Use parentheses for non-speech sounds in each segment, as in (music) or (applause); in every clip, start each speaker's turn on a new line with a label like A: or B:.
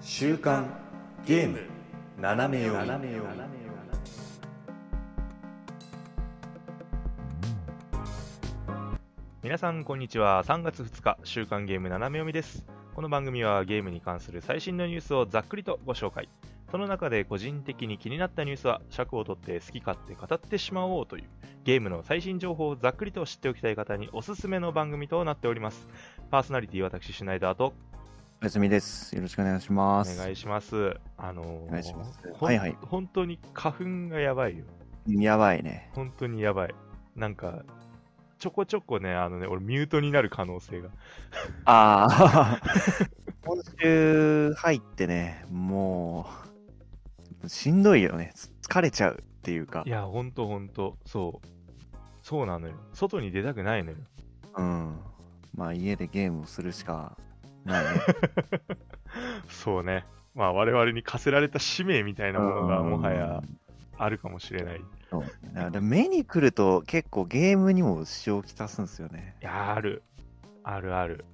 A: 週刊ゲーム斜め読み
B: 皆さんこんにちは3月2日週刊ゲーム斜め読みですこの番組はゲームに関する最新のニュースをざっくりとご紹介その中で個人的に気になったニュースは尺を取って好き勝手語ってしまおうというゲームの最新情報をざっくりと知っておきたい方におすすめの番組となっておりますパーソナリティ私シュナイダーと
C: おやすみです。よろしくお願いしま
B: お
C: す。
B: 願いしますあのー
C: お願いします
B: ほん
C: はいはい
B: 本当に花粉がやばいよ
C: やばいね。
B: 本当にやばいなんかちょこちょこねあのね俺ミュートになる可能性が
C: ああ。 (laughs) 今週入ってね、もう、しんどいよね。疲れちゃうっていうか
B: い。や、ほんとほんと、そう。そうなのよ。外に出たくないのよ。 (laughs)
C: うん。まあ家でゲームをするしかないね。
B: (laughs) そうね。まあ、我々に課せられた使命みたいなものが、
C: うん
B: もはやあるかもしれない。い
C: そうねだから目に来ると結構ゲームにも支障をきたすんですよね。
B: や、ある。あるある。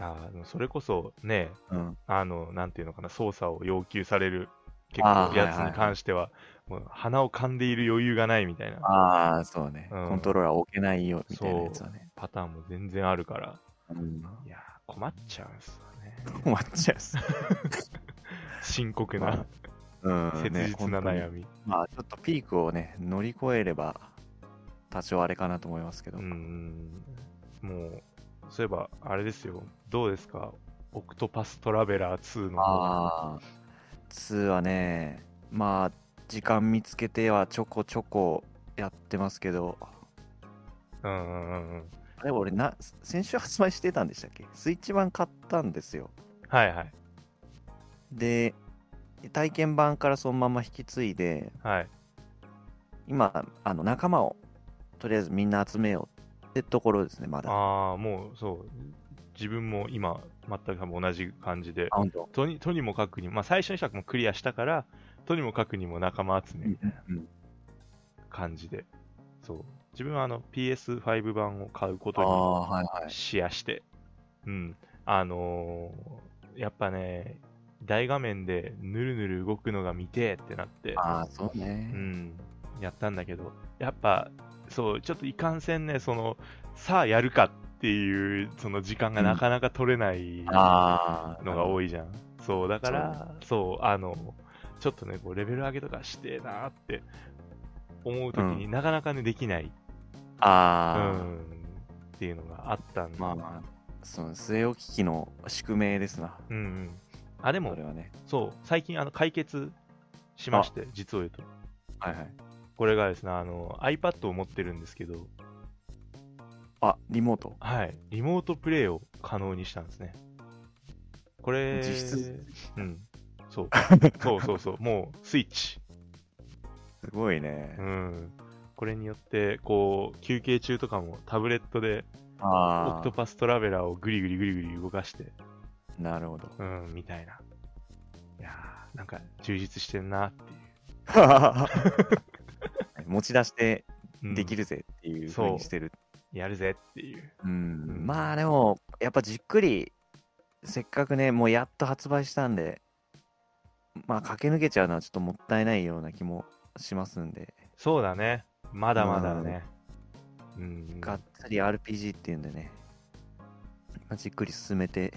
B: あーそれこそ、ね、
C: うん。
B: あの、なんていうのかな、操作を要求される、結
C: あ
B: 構、
C: ー
B: やつに関しては、もう鼻を噛んでいる余裕がないみたいな
C: ああ、そうね、
B: うん
C: コントローラー置けないよみたいなやつはね。
B: パターンも全然あるから、
C: うん、
B: いやー、困っちゃうんすよね。
C: 困っちゃうっす。
B: (laughs) 深刻
C: まあ
B: な、
C: うん。
B: 切
C: ね
B: 実な悩み。
C: まあちょっとピークをね、乗り越えれば、多少あれかなと思いますけど、
B: うーんもう、そういえば、あれですよ、どうですか、オクトパストラベラー2の。
C: ああ、2はね、まあ、時間見つけてはちょこちょこやってますけど、
B: うんうんうんうん。
C: あれ、俺な、先週発売してたんでしたっけスイッチ版買ったんですよ。
B: はいはい。
C: で、体験版からそのまま引き継いで、
B: はい。
C: 今、あの仲間をとりあえずみんな集めようってところですね、まだ。
B: ああ、もうそう。自分も今、全く多分同じ感じで
C: あ、、本当。
B: とにとにもかくにも、まあ最初の作もクリアしたから、とにもかくにも仲間集めみたいな
C: うん
B: 感じで、そう。自分はあの PS5 版を買うこ
C: あ
B: とに
C: あ、はいはい。
B: シェアして、うん、あのーやっぱね、大画面でぬるぬる動くのが見てえってなって、
C: ああ、そうね
B: う。ん、やったんだけど、やっぱ、そう、ちょっといかんせんね、その、さあやるかっていう、その時間がなかなか取れない
C: ああ、
B: のが多いじゃん。そう、だから、そう、あの、ちょっとね、こうレベル上げとかしてえなーって思うときに、
C: う
B: なかなかね、できない、う
C: ああ、
B: ん、っていうのがあったんで、
C: まあまあ、その末置き機の宿命ですな。
B: うんうん。あ、で
C: こ
B: も
C: れ、はね。
B: そう、最近あの解決しまして、実を言うと。
C: はいはい。
B: これがですね、あの iPad を持ってるんですけど、
C: あ、リモート。
B: はい、リモートプレイを可能にしたんですね。これ、
C: 実質
B: うん、
C: (laughs)
B: そう、そうそうそう、もうスイッチ。
C: すごいね
B: う。ん。これによって、こう、休憩中とかもタブレットで、オ
C: あ
B: クトパストラベラーをぐりぐりぐりぐり動かして、
C: あ、なるほ
B: (laughs)
C: ど。
B: うん、みたいな。いやー、なんか充実してんなっていう。
C: 持ち出して
B: うん
C: できるぜっていうふうにしてる。
B: やるぜっていう。
C: うん
B: うん
C: まあでも、やっぱじっくり、せっかくね、もうやっと発売したんで、まあ駆け抜けちゃうのはちょっともったいないような気もしますんで、
B: そうだね。まだまだだね。うん。
C: がっつり RPG っていうんでね、まあ、じっくり進めて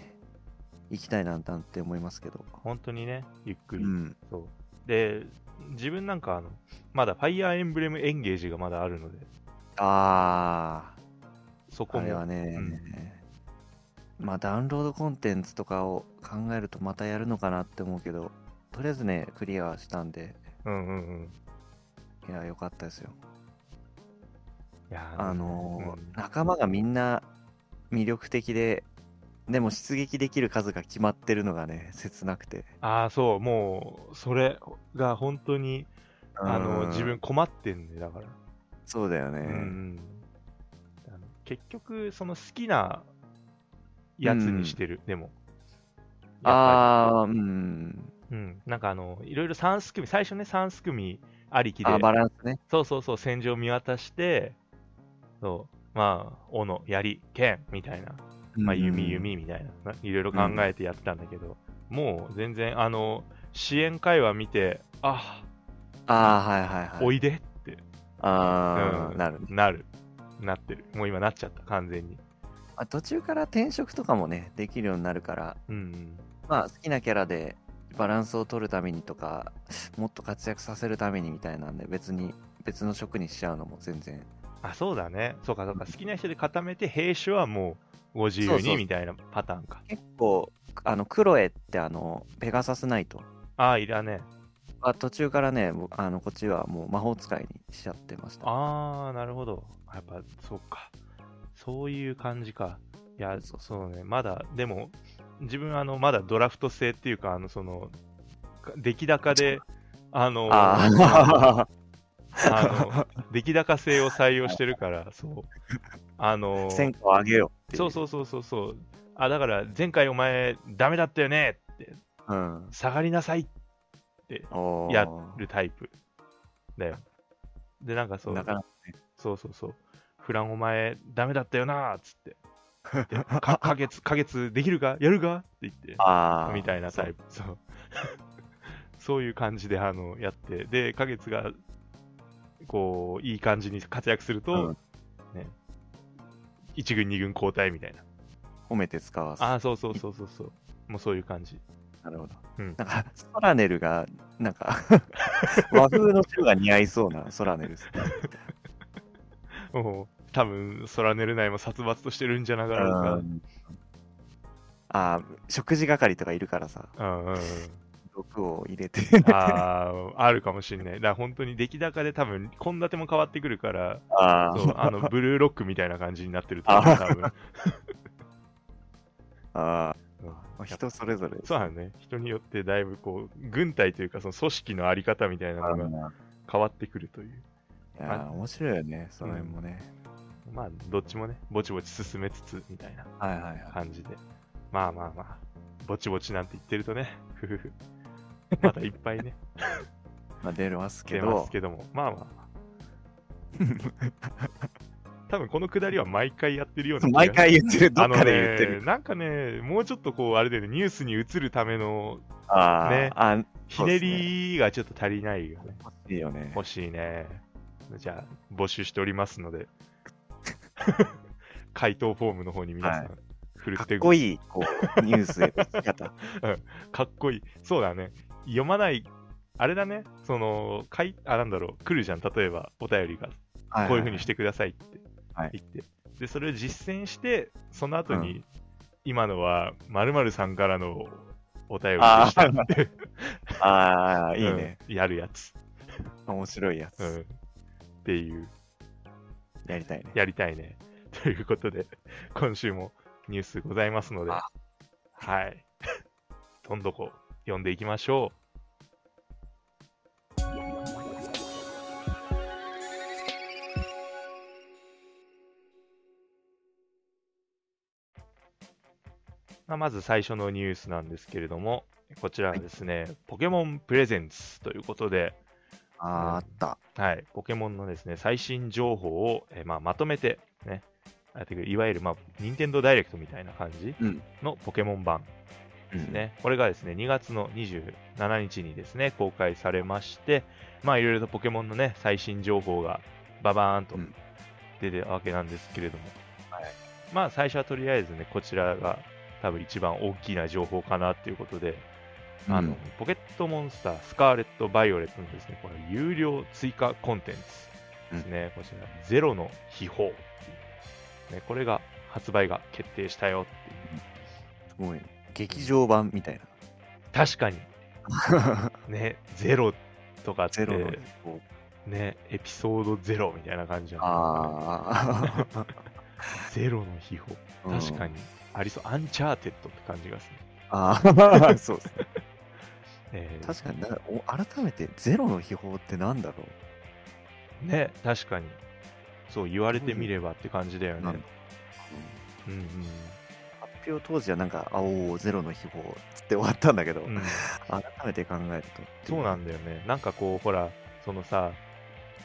C: いきたいななんて思いますけど。
B: 本当にね、ゆっく
C: う
B: り。
C: ん。
B: そう。で、自分なんかあの、まだファイアーエンブレムエンゲージがまだあるので、
C: あ
B: そ
C: あ、
B: こ
C: あれ
B: も
C: はね、まあダウンロードコンテンツとかを考えるとまたやるのかなって思うけど、とりあえずね、クリアしたんで、
B: うんうんうん。
C: いや、良かったですよ。
B: いやー
C: あのー
B: うん
C: 仲間がみんな魅力的で、でも出撃できる数が決まってるのがね、切なくて。
B: ああ、そう、もう、それが本当に、あの
C: うん
B: 自分困ってんね、だから。
C: そうだよね。
B: うんうんあの結局、その好きなやつにしてる、でも。
C: ああ、うん。
B: うん、なんかあの、いろいろ3すくみ、最初ね、3すくみありきで、
C: あ、バランスね。
B: そうそうそう、戦場見渡して、そう、まあ、斧、槍、剣みたいな、まあ、
C: うん
B: 弓、。弓みたいな、ないろいろ考えてやってたんだけど、もう全然、あの、支援会話見て、あ、
C: ああ、はいはいはい。
B: おいでって
C: ああ、
B: うん
C: なるね。
B: なる。なってる。もう今なっちゃった、完全に。
C: あ途中から転職とかもね、できるようになるから、
B: うん
C: まあ好きなキャラでバランスを取るためにとか、もっと活躍させるためにみたいなんで、別に、別の職にしちゃうのも全然。
B: うん。あ、そうだね。そうか、そうか。好きな人で固めて、兵種はもうご自由
C: そうそう
B: にみたいなパターンか。
C: 結構、あの、クロエってあの、ペガサスナイト
B: ああ、いらねえ。
C: は途中からね、僕あのこっちはもう魔法使いにしちゃってました。
B: ああ、なるほど。やっぱ、そうか。そういう感じか。いや、
C: そう
B: そうね。まだ、でも、自分、あの、まだドラフト制っていうか、あの、その、か出来高で、あの、
C: あ
B: (laughs) あの出来高制を採用してるから、そう。あの
C: あ、、 (laughs) 戦果を上げようってい
B: そうそうそうそうそう。あ、だから、前回お前、ダメだったよねって、
C: う。うん。
B: 下がりなさい
C: おー
B: やるタイプだよ。で、なんかそう、
C: なかなか
B: そうそうそう。フランお前、ダメだったよなーっつって。でかか月、か月できるかやるかって言って、
C: あー
B: みたいなタイプ。そう (laughs) そういう感じであのやって、で、か月が、こう、いい感じに活躍すると、ね、1軍、2軍交代みたいな。
C: そう褒めて使わす。
B: ああ、そうそうそうそうそう。もうそういう感じ。
C: なるほど。
B: うん
C: なんか、ソラネルが、なんか、 (laughs) 和風の人が似合いそうなソラネルです
B: (laughs)
C: ね。
B: もう多分、ソラネル内も殺伐としてるんじゃなか
C: う
B: ろうか。
C: んあー食事係とかいるからさ、
B: うんうんうん。
C: 毒を入れ
B: (laughs)
C: て。
B: あ (laughs) あ、あるかもしれない。だから本当に出来高で多分、献立も変わってくるから、
C: あ
B: そうあのブルーロックみたいな感じになってると思う、多分。
C: あ
B: う
C: ー、
B: ん
C: 人それぞれです。
B: そうだね。人によってだいぶこう、軍隊というか、その組織のあり方みたいな
C: あ
B: の
C: ー
B: が変わってくるという。
C: いやー面白いよね、その辺もね。
B: まあ、どっちもね、ぼちぼち進めつつ、みたいな
C: はいはいはい。
B: 感じで。まあまあまあ、ぼちぼちなんて言ってるとね、ふふふ。まだいっぱ
C: (laughs)
B: いね、
C: まあ、出ますけ
B: 出ま
C: ど
B: す、けども。まあまあまあ。多分このくだりは毎回やってるような気が
C: 毎回言ってる、ど
B: あ
C: っ
B: の
C: かで言って
B: ね
C: る。
B: なんかね、もうちょっとこう、あれだよね、ニュースに映るための
C: あー、
B: ね
C: あー、
B: ひねりがちょっと足りないよね。
C: いいよね。
B: 欲しいね。じゃあ、募集しております
C: (laughs)
B: ので、回答フォームの方に皆さん、振る
C: か
B: って
C: っこいい、こう、ニュースで書き方。
B: かっこいい。そうだね。読まない、あれだね、その、かいあ、なんだろう、来るじゃん、例えば、お便りが、
C: は。
B: こういうふうにしててくださいって
C: はい
B: 言って、で、それを実践して、その後に、今のは、まるさんからのお便りでしたって、
C: あ (laughs) あ、いいね。
B: うんやるやつ、
C: 面白いや
B: うん。
C: つ。
B: っていう。
C: やりたいね。
B: やりたいね。 (laughs) ということで、今週もニュースございますので、
C: あ
B: はい。 (laughs) どんどこ読んでいきましょう。まあまず最初のニュースなんですけれども、こちらはですね、ポケモンプレゼンツということで、
C: ああ、あった。
B: はい、ポケモンのですね最新情報を、えーまあ、まとめて、ね、あてかいわゆる、まあ、任天堂ダイレクトみたいな感じ
C: うん
B: のポケモン版ですね、これがですね2月の27日にですね公開されまして、まあ、いろいろとポケモンの、ね、最新情報がババーンと
C: うん
B: 出てるわけなんですけれども、
C: はい
B: まあ、最初はとりあえず、ね、こちらが多分一番大きな情報かなということで、
C: うん
B: あのポケットモンスタースカーレット・バイオレットのですねこれ有料追加コンテンツですね、こちら「ゼロの秘宝っていう」ね、これが発売が決定したよっていう
C: すごいね。劇場版みたい (laughs)
B: 確かに
C: な。
B: ねゼロとかっ
C: ゼ
B: て
C: ロの。
B: ねエピソードゼロみたいな感じじゃん
C: あ
B: (laughs)
C: あ。
B: ゼロの秘宝確か
C: うん。
B: にありそうアンチャーテッドって感じがする、
C: あ
B: (laughs)
C: あ、そうですね。
B: えー
C: 確かになんかお改めて、ゼロの秘宝ってなんだろ
B: ね確かにそう言われてみればって感じだよ
C: う
B: ね
C: なんだ
B: うんうん
C: 発表当時はなんか、あおーゼロの秘宝っつって終わったんだけど、
B: うん
C: 改めて考えると。
B: そうなんだよね。なんかこう、ほら、そのさ、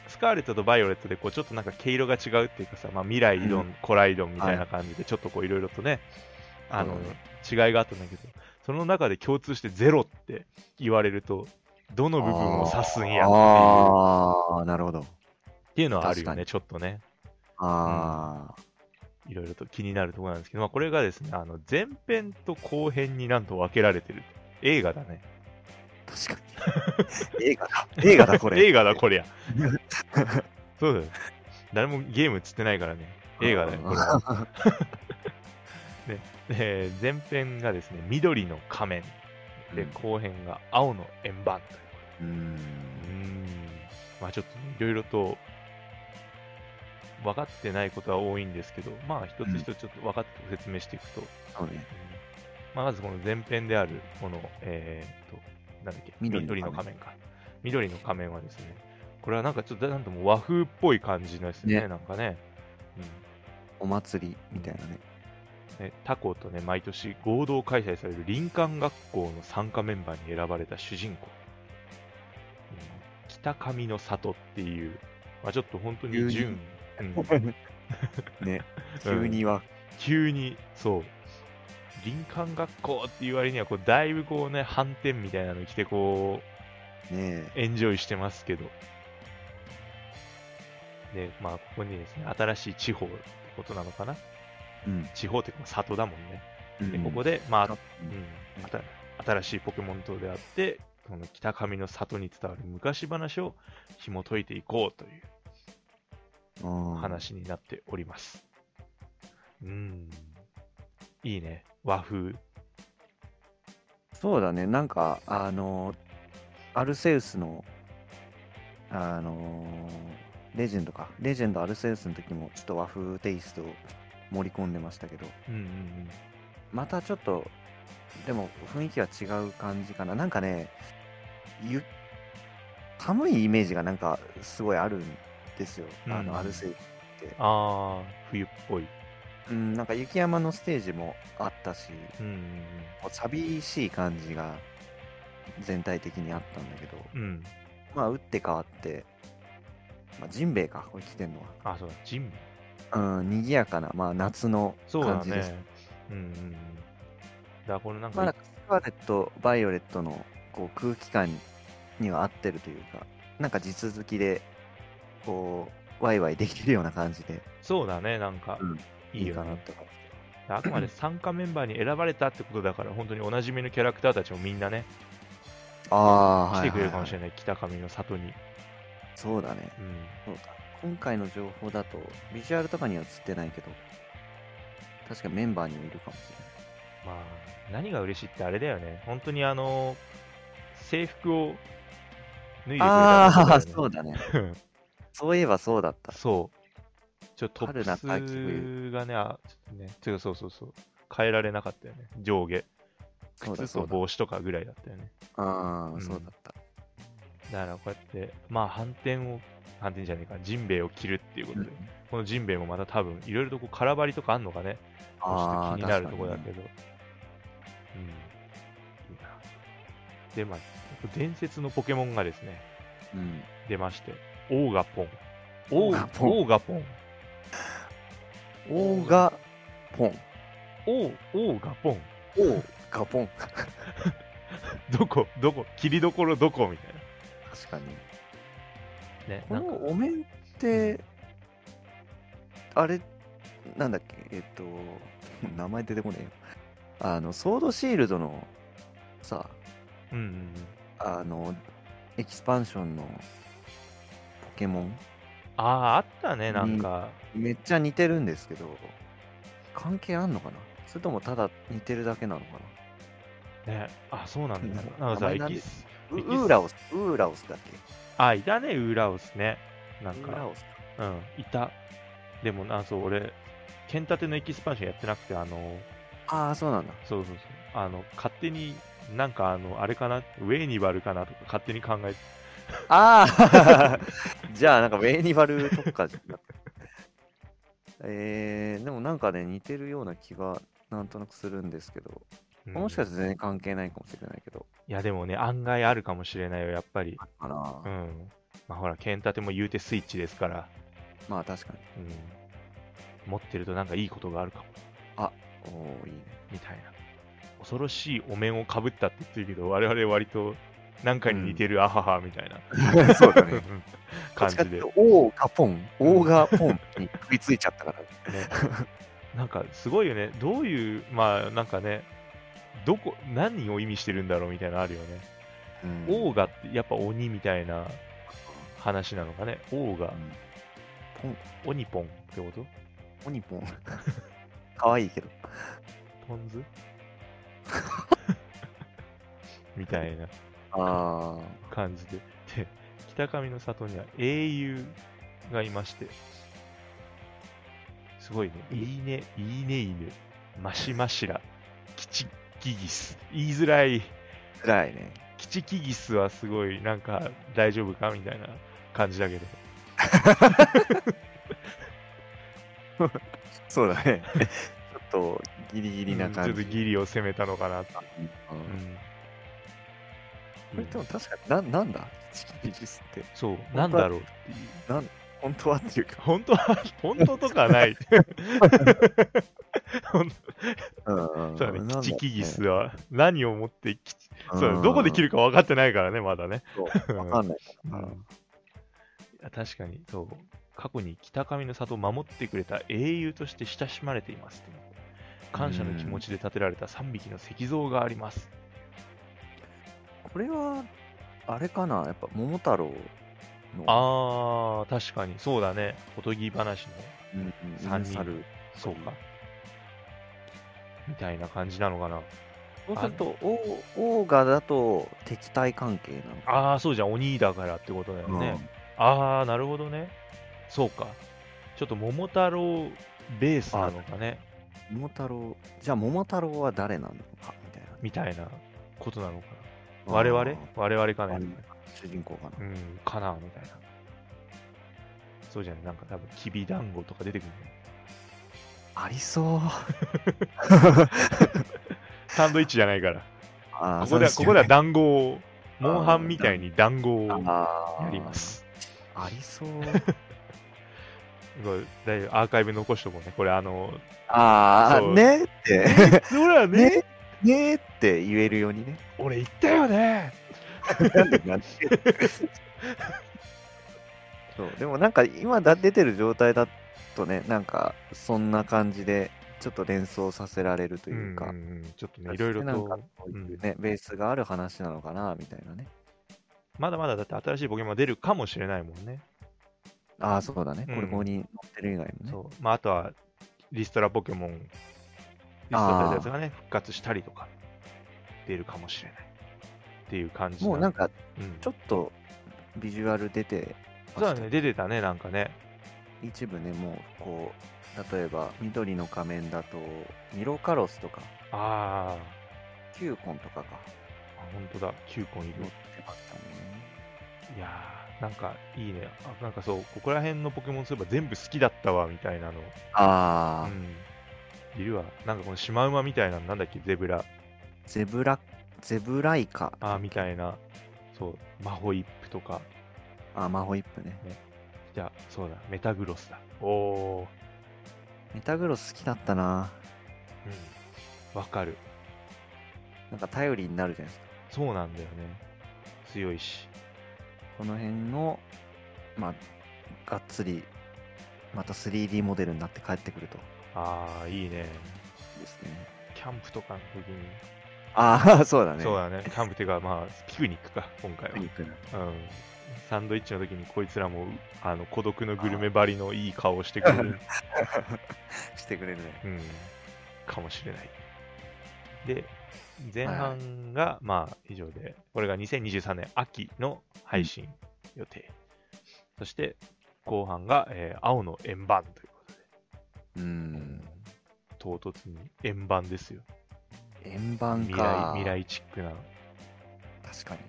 B: スカーレットとバイオレットでこうちょっとなんか毛色が違うっていうかさ、まあ、未来理論、
C: う
B: 古来論みたいな感じで、ちょっとこういろいろとね、あの、
C: そう
B: 違いがあったんだけど、その中で共通してゼロって言われると、どの部分を指すんやっていう
C: ああ、なるほど。
B: っていうのはあるよ
C: 確か
B: ね、ちょっとね。
C: ああ、
B: いろいろと気になるところなんですけど、まあ、これがですね、あの前編と後編になんと分けられてる。映画だね。
C: 確かに。映画だ。映画だ、これ。
B: (laughs) 映画だ、これや。
C: (laughs)
B: そうだよ。誰もゲームっつってないからね。映画だよ、これは。でで前編がですね、緑の仮面。で、
C: うん
B: 後編が青の円盤とい
C: う
B: う
C: ーん。
B: うーんまあちょっとねいろいろと分かってないことは多いんですけど、まあ一つ一つちょっと分かって説明していくと、
C: そうね。
B: まあまずこの前編であるこの、えー、っと、なんだっけ、
C: 緑
B: 緑
C: の仮面
B: の仮面か。緑の仮面はですね、これはなんかちょっとなんとも和風っぽい感じですね、
C: ね
B: なんかね。うん
C: お祭りみたいなね。
B: ね他校とね、毎年合同開催される林間学校の参加メンバーに選ばれた主人公、うん北上の里っていう、まあ、ちょっと本当に
C: 急
B: 純
C: に、
B: うん (laughs)
C: ね。急には、
B: 急に、そう、林間学校っていう割にはこう、だいぶこうね、反転みたいなの着て、こ
C: ね
B: う、エンジョイしてますけど、で、まあ、ここにですね、新しい地方ってことなのかな、
C: うん。
B: 地方っていうか里だもんね。で、
C: うん
B: ここで、まあ、
C: うん
B: うん、また新しいポケモン島であって、この北上の里に伝わる昔話を紐解いていこうという
C: うん
B: 話になっております。うん、いいね、和風。
C: そうだね、なんか、あのー、アルセウスの、あのー、レジェンドか、レジェンドアルセウスの時も、ちょっと和風テイストを盛り込んでましたけど、
B: うんうんうん、
C: またちょっと、でも雰囲気は違う感じかな。なんかね、ゆ寒いイメージがなんかすごいあるんですよ、あ
B: うん
C: のアルセウス。
B: ああ、冬っぽい。
C: うん、なんか雪山のステージもあったし、
B: うん
C: もう寂しい感じが全体的にあったんだけど、
B: うんうん、うん。
C: まあ、打って変わって、まあ、ジンベエか、これ来てんの
B: あ、そうだ、ジンベエ
C: は。うん、賑やかな、まあ、夏の
B: そう
C: 感
B: だ
C: じです。
B: ね。うんうんうん。だからこのなん
C: まあ、
B: か
C: ス、カーレット、バイオレットのこう空気感には合ってるというか、なんか地続きで、こう、ワイワイできるような感じで、
B: そうだね、なんか
C: うん、
B: いい
C: いい
B: よ
C: かな
B: ね
C: っ。て感じ。
B: あくまで参加メンバーに選ばれたってことだから、本当におなじみのキャラクターたちもみんなね、
C: ああ、
B: 来
C: はい
B: て
C: は
B: く
C: いは
B: れる
C: い
B: かもしれない、北上の里に。
C: そうだね。
B: うん
C: そうか。今回の情報だと、ビジュアルとかには映ってないけど、確かメンバーにもいるかもし
B: まあ、何が嬉しいってあれだよね。本当にあの、制服を脱いでくれ
C: れない。
B: た
C: あ
B: ことだ
C: あー、
B: よね
C: そうだね。
B: うん (laughs)
C: そういえばそうだった。
B: そう。ちょっとトップ
C: 春夏秋
B: ス
C: 冬
B: がね、あ、ちょっとね、てかそうそうそう。変えられなかったよね。上下。
C: そうだ
B: 靴
C: そ
B: と
C: うだ。
B: 帽子とかぐらいだったよね。
C: ああ、
B: うん
C: そうだった。
B: だからこうやって、まあ反転を、反転じゃねえか、ジンベエを着るっていうことで、このジンベエもまた多分、いろいろとこう空張りとかあんのかね。ち
C: あ
B: ょっと
C: あ、
B: 気になるところだ
C: 確か
B: け
C: に
B: ど。うん。いいなで、まあ、伝説のポケモンがですね、
C: うん。
B: 出まして、オーガポン。オ
C: オーガポン
B: オーガポン。
C: オーガポン。
B: オー、オーガポン。
C: オーガポン。
B: どこ、どこ、切りどころどこみたい
C: 確かに。
B: な。ね、
C: こ
B: な
C: の
B: んか、
C: お面って、あれ、なんだっけ、えっと、 (laughs) 名前出てこねえよ。あの、ソードシールドの、さ、
B: うんうんうん。
C: あの、エキスパンションのポケモン、
B: ああ、あったね、なんか。
C: めっちゃ似てるんですけど、関係あんのかなそれともただ似てるだけなのかな
B: ね、あ、そうなんだ。
C: うん
B: なんか
C: 名
B: さ、
C: 前
B: エ
C: なんで
B: キス、
C: ウ
B: エキス
C: ウーラオス、ウーラオスだっけ
B: あ、いたね、ウーラオスね。なん
C: ウーラ
B: か、
C: オスか。
B: うん、いた。でもな、そう、俺、剣立てのエキスパンションやってなくて、あの、
C: ああ、そうなんだ。
B: そうそうそう。あの、勝手に、なんかあの、あれかな、ウェイニバルかなとか勝手に考えて、
C: ああ (laughs) じゃあ、なんかウェーニバル特化じゃなくて。えー、でもなんかね、似てるような気がなんとなくするんですけど、
B: うん
C: もしかして全然関係ないかもしれないけど、
B: いや、でもね、案外あるかもしれないよ、やっぱり。
C: かな
B: う。ん。まあほら、剣立ても言うてスイッチですから、
C: まあ確かに。
B: うん。持ってるとなんかいいことがあるかも、
C: おーいいね。
B: みたいな。お恐ろしいお面をかぶったって言ってるけど、我々割となんかに似てるアハハみたいな (laughs)
C: そうだね。ど
B: 感
C: っち
B: じ
C: かってい
B: で
C: うと、王がポン、王がポンに食いついちゃったから。
B: ね、なんかすごいよね、どういう、まあなんかね、どこ、何を意味してるんだろうみたいなのあるよね。
C: うん
B: 王がってやっぱ鬼みたいな話なのかね、王が
C: う、んポン、
B: 鬼ポンってこと
C: ポニポン。 (laughs) 可愛いけど。
B: ポン
C: (laughs)
B: 酢みたいな
C: あ
B: 感じで。で、北上の里には英雄がいまして、すごいね、いいね、いいね、いいね、マシマシラ、キチキギス、言いづらい。
C: あ、辛いね。
B: キチキギスはすごい、なんか大丈夫かみたいな感じだけど。
C: そうだね。 (laughs) ちょっとギリギリな
B: う
C: 感
B: んち
C: じ。
B: ょっとギリを攻めたのかなって。
C: うん
B: うん
C: これでも確かにな、なんだチキンリスって。
B: そう、
C: 当
B: な
C: は
B: んだろうっていう。
C: 本当はっていうか。
B: 本当は、 (laughs) 本当とかは
C: (laughs)
B: ない。本
C: うん
B: 当はね、キチキギスは何をもってキチ、そうどこで切
C: る
B: るか分かってないからね、まだね。
C: かわかんないから
B: うんいや確かに、そう。過去に北上の里を守ってくれた英雄として親しまれています。感謝の気持ちで建てられた3匹の石像があります。
C: これは、あれかなやっぱ桃太郎の
B: あー、確かに、そうだね。おとぎ話の、
C: うんうん
B: 三人
C: 犬猿。
B: そうか。みたいな感じなのかな。
C: そうすると、オオーガだと敵対関係なのか
B: あー、そうじゃん、鬼だからってことだよ
C: な。
B: ね。あー、なるほどね。そうか。ちょっと桃太郎ベースなのかね。
C: うん桃太郎、じゃあ桃太郎は誰なのかみたい
B: みたいなことなのかな。
C: な。
B: 我々
C: あー
B: 我々か
C: あ
B: ね
C: れ。主人公かな
B: う。ん、かなみたいな。そうじゃない、なんか多分、きびだんごとか出てくる、ね、
C: ありそう。
B: サンドイッチじゃないから。
C: あー
B: ここでは、ここでは団子を、モンハ
C: あー
B: ンみたいに団子をや
C: あー
B: りま。す。
C: ありそう。
B: これ大丈夫アーカイブ残しとこうね。これ、あの、 (laughs)
C: あ
B: そ
C: あ、
B: う
C: ねって。
B: 俺らね、
C: (laughs) ねねって言えるように (laughs) ね。
B: 俺言ったよね。
C: なんでなんでそうでもなんか今だ出てる状態だとね、なんかそんな感じでちょっと連想させられるというか、
B: んんんちょっとね、いろいろ
C: なんか
B: と、
C: そういうね、ベースがある話なのかなみたいなね。
B: まだまだだって新しいポケモンが出るかもしれないもんね。
C: ああ、そうだね。
B: うん
C: これここに載ってる以外もね。
B: そう。まあ、あとは、リストラポケモン、リストラってやつがね、復活したりとか、出るかもしれない。っていう感じ
C: もうなんか
B: うん
C: ちょっとビジュアル出て
B: そうだね、出てたね、なんかね。
C: 一部ね、もうこう、例えば緑の仮面だと、ミロカロスとか、
B: あ
C: キューコンとかが
B: ーあ、本当だ、9個いる
C: 載っ。てましたね。
B: いやー、なんかいいね。あなんかそう、ここら辺のポケモンすれば全部好きだったわ、みたいなの。
C: ああ、
B: うん。いるわ。なんかこのシマウマみたいなの、なんだっけ、ゼブラ。
C: ゼブラ、ゼブライカ。
B: あーみたいな。そう、マホイップとか。
C: あ、マホイップね。
B: じゃあ、そうだ、メタグロスだ。おー。
C: メタグロス好きだったな。
B: うん。わかる。
C: なんか頼りになるじゃないですか。
B: そうなんだよね。強いし。
C: この辺の、まあ、がっつり、また 3D モデルになって帰ってくると。
B: あー、いいね。
C: ですね。
B: キャンプとかの時に。
C: ああ、そうだね。
B: そうだね。キャンプっていうか、まあ、ピクニックか、今回は
C: ピク。ニックな
B: うん。サンドイッチの時にこいつらも、あの、孤独のグルメばりのいい顔をしてく
C: (laughs)
B: れる、
C: してくれるね。
B: うん、かもしれない。で、前半が、まあ、以上で、これが2023年秋の配信予定。そして、後半が、えー青の円盤ということで、
C: うーん。
B: 唐突に円盤ですよ。
C: 円盤
B: 未
C: か
B: 来、。未来チックな。うん
C: 確かに。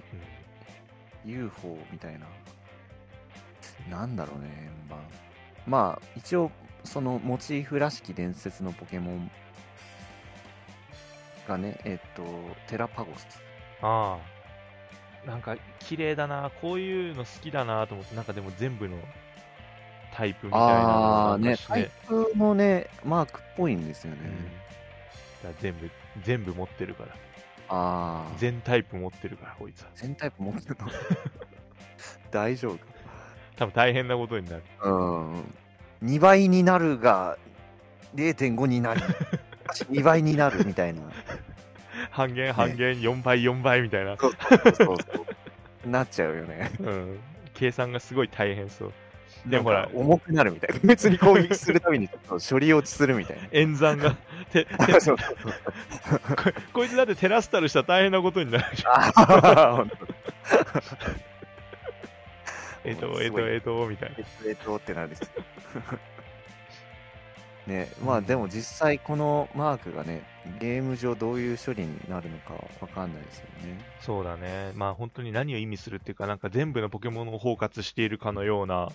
C: UFO みたいな。なんだろうね、円盤。まあ、一応、そのモチーフらしき伝説のポケモンがね、えっと、テラパゴス。
B: ああ。なんか、綺麗だな。こういうの好きだなと思って、なんかでも全部のタイプみたいなの
C: あ
B: が
C: あー、ね、
B: し
C: タイプのね、マークっぽいんですよ
B: うん
C: ね。
B: だから全部、全部持ってるから。
C: ああ。
B: 全タイプ持ってるから、こいつは。
C: 全タイプ持って
B: (laughs)
C: た大丈夫
B: 多分大変なことになる。
C: か。うん。2倍になるが、0.5に
B: (laughs)
C: なる。2倍になるみたいな。
B: 半減、半減、4倍、4倍みたいな。
C: そうそうそうそう。なっちゃうよね。
B: うん。計算がすごい大変そう。でもほら
C: なんか重くなるみたいな。 (laughs) 別に攻撃するためにちょっと処理落ちするみたいな。
B: 演算 (laughs) が。てて
C: そう (laughs) そうそう
B: ここいつだってテラスタルしたら大変なことになるじゃん。
C: あーほんと
B: えっ
C: すご
B: と、
C: い
B: えっと、えっと、みたい
C: えっとえっと (laughs) ってなるしねまあでも実際このマークがねゲーム上どういう処理になるのかわかんないですよね
B: な。そうだね。まあ本当に何を意味するっていうか、なんか全部のポケモンを包括しているかのような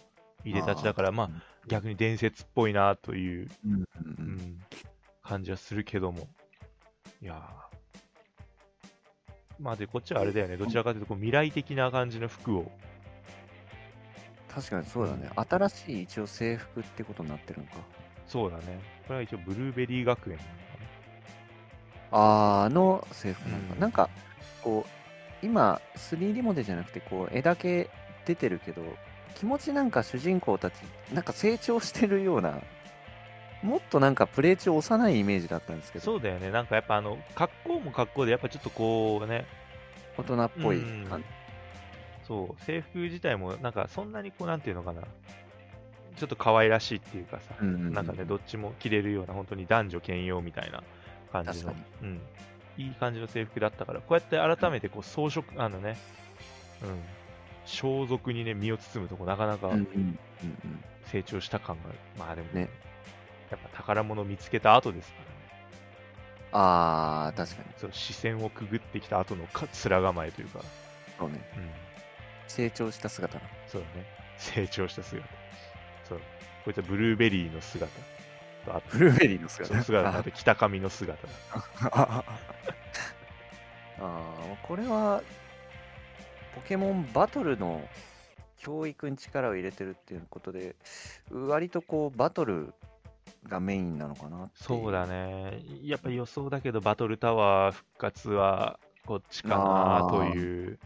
B: 入れたちだから、まあ逆に伝説っぽいなという、
C: うん
B: うん感じはするけども。いやーまあで、こっちはあれだよね。どちらかというと、こう未来的な感じの服を。
C: 確かにそうだね新しい一応制服ってことになってるのか
B: そうだね。これは一応ブルーベリー学園なのかな
C: あーの制服なんか、
B: うん
C: なんかこう今 3D モデルじゃなくてこう絵だけ出てるけど気持ちなんか主人公たちなんか成長してるようなもっとなんかプレイ中幼いイメージだったんですけど
B: そうだよね。なんかやっぱあの、格好も格好で、やっぱちょっとこうね、
C: 大人っぽい
B: うん
C: 感じ。
B: そう、制服自体も、なんかそんなにこう、なんていうのかな、ちょっと可愛らしいっていうかさ、
C: うんうんうん
B: なんかね、どっちも着れるような、本当に男女兼用みたいな感じの
C: 確か、
B: うん、いい感じの制服だったから、こうやって改めてこう装飾、あのね、うん、装束にね、身を包むとこ、なかなか
C: うんうんうんうん
B: 成長した感がある。まあでも、
C: ね
B: やっぱ宝物見つけた後ですからね。
C: あー、確かに。
B: そう視線をくぐってきた後のか面構えというか、
C: そうね。
B: うん、
C: 成長した姿だ。
B: そうだね。成長した姿。そう。こいつはブルーベリーの姿。と
C: (laughs)
B: あと
C: ブルーベリーの
B: そ
C: 姿
B: の姿
C: (laughs)
B: とあ
C: あ
B: と北上の姿だ。
C: あー、これは、ポケモンバトルの教育に力を入れてるっていうことで、割とこう、バトルがメインなのかなってい
B: そうだね。やっぱ予想だけど、バトルタワー復活はこっちかなという。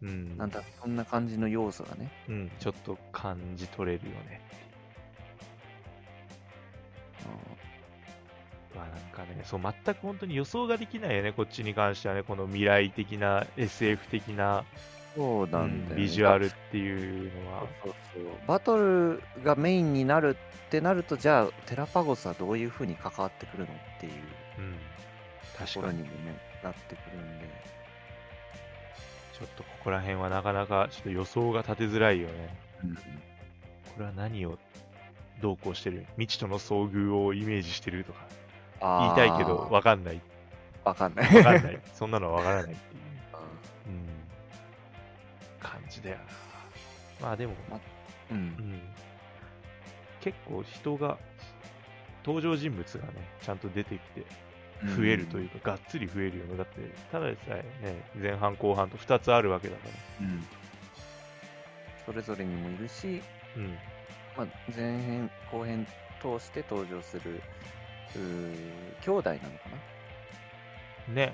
B: うん。
C: なんだ、そんな感じの要素がね。
B: うん。ちょっと感じ取れるよね。まあなんかね、そう、全く本当に予想ができないよね、こっちに関してはね。この未来的な、SF 的な、
C: そう
B: う
C: なんんだよ、ね
B: ビジュアルっていうのは。
C: そうそうバトルがメインになるってなるとじゃあテラパゴスはどういうふうに関わってくるのっていう
B: うん。
C: と
B: 確
C: こ
B: か
C: ろ
B: に
C: に。もねなってくるんで
B: ちょっとここら辺はなかなかちょっと予想が立てづらいよね。これは何をどうこうしてる未知との遭遇をイメージしてるとか言い
C: あー
B: たいけど分かんない。
C: わかんない
B: (laughs) 分かんない。そんなのは分からないっていう、うん、感じだよな。まあでも、
C: う
B: うんん、結構人が、登場人物がね、ちゃんと出てきて増えるというか、がっつり増えるよね。だって、ただでさえね、前半後半と2つあるわけだか
C: うんそれぞれにもいるし、
B: ら。うん。
C: まあ、前編後編通して登場するうー兄弟なのか
B: ね。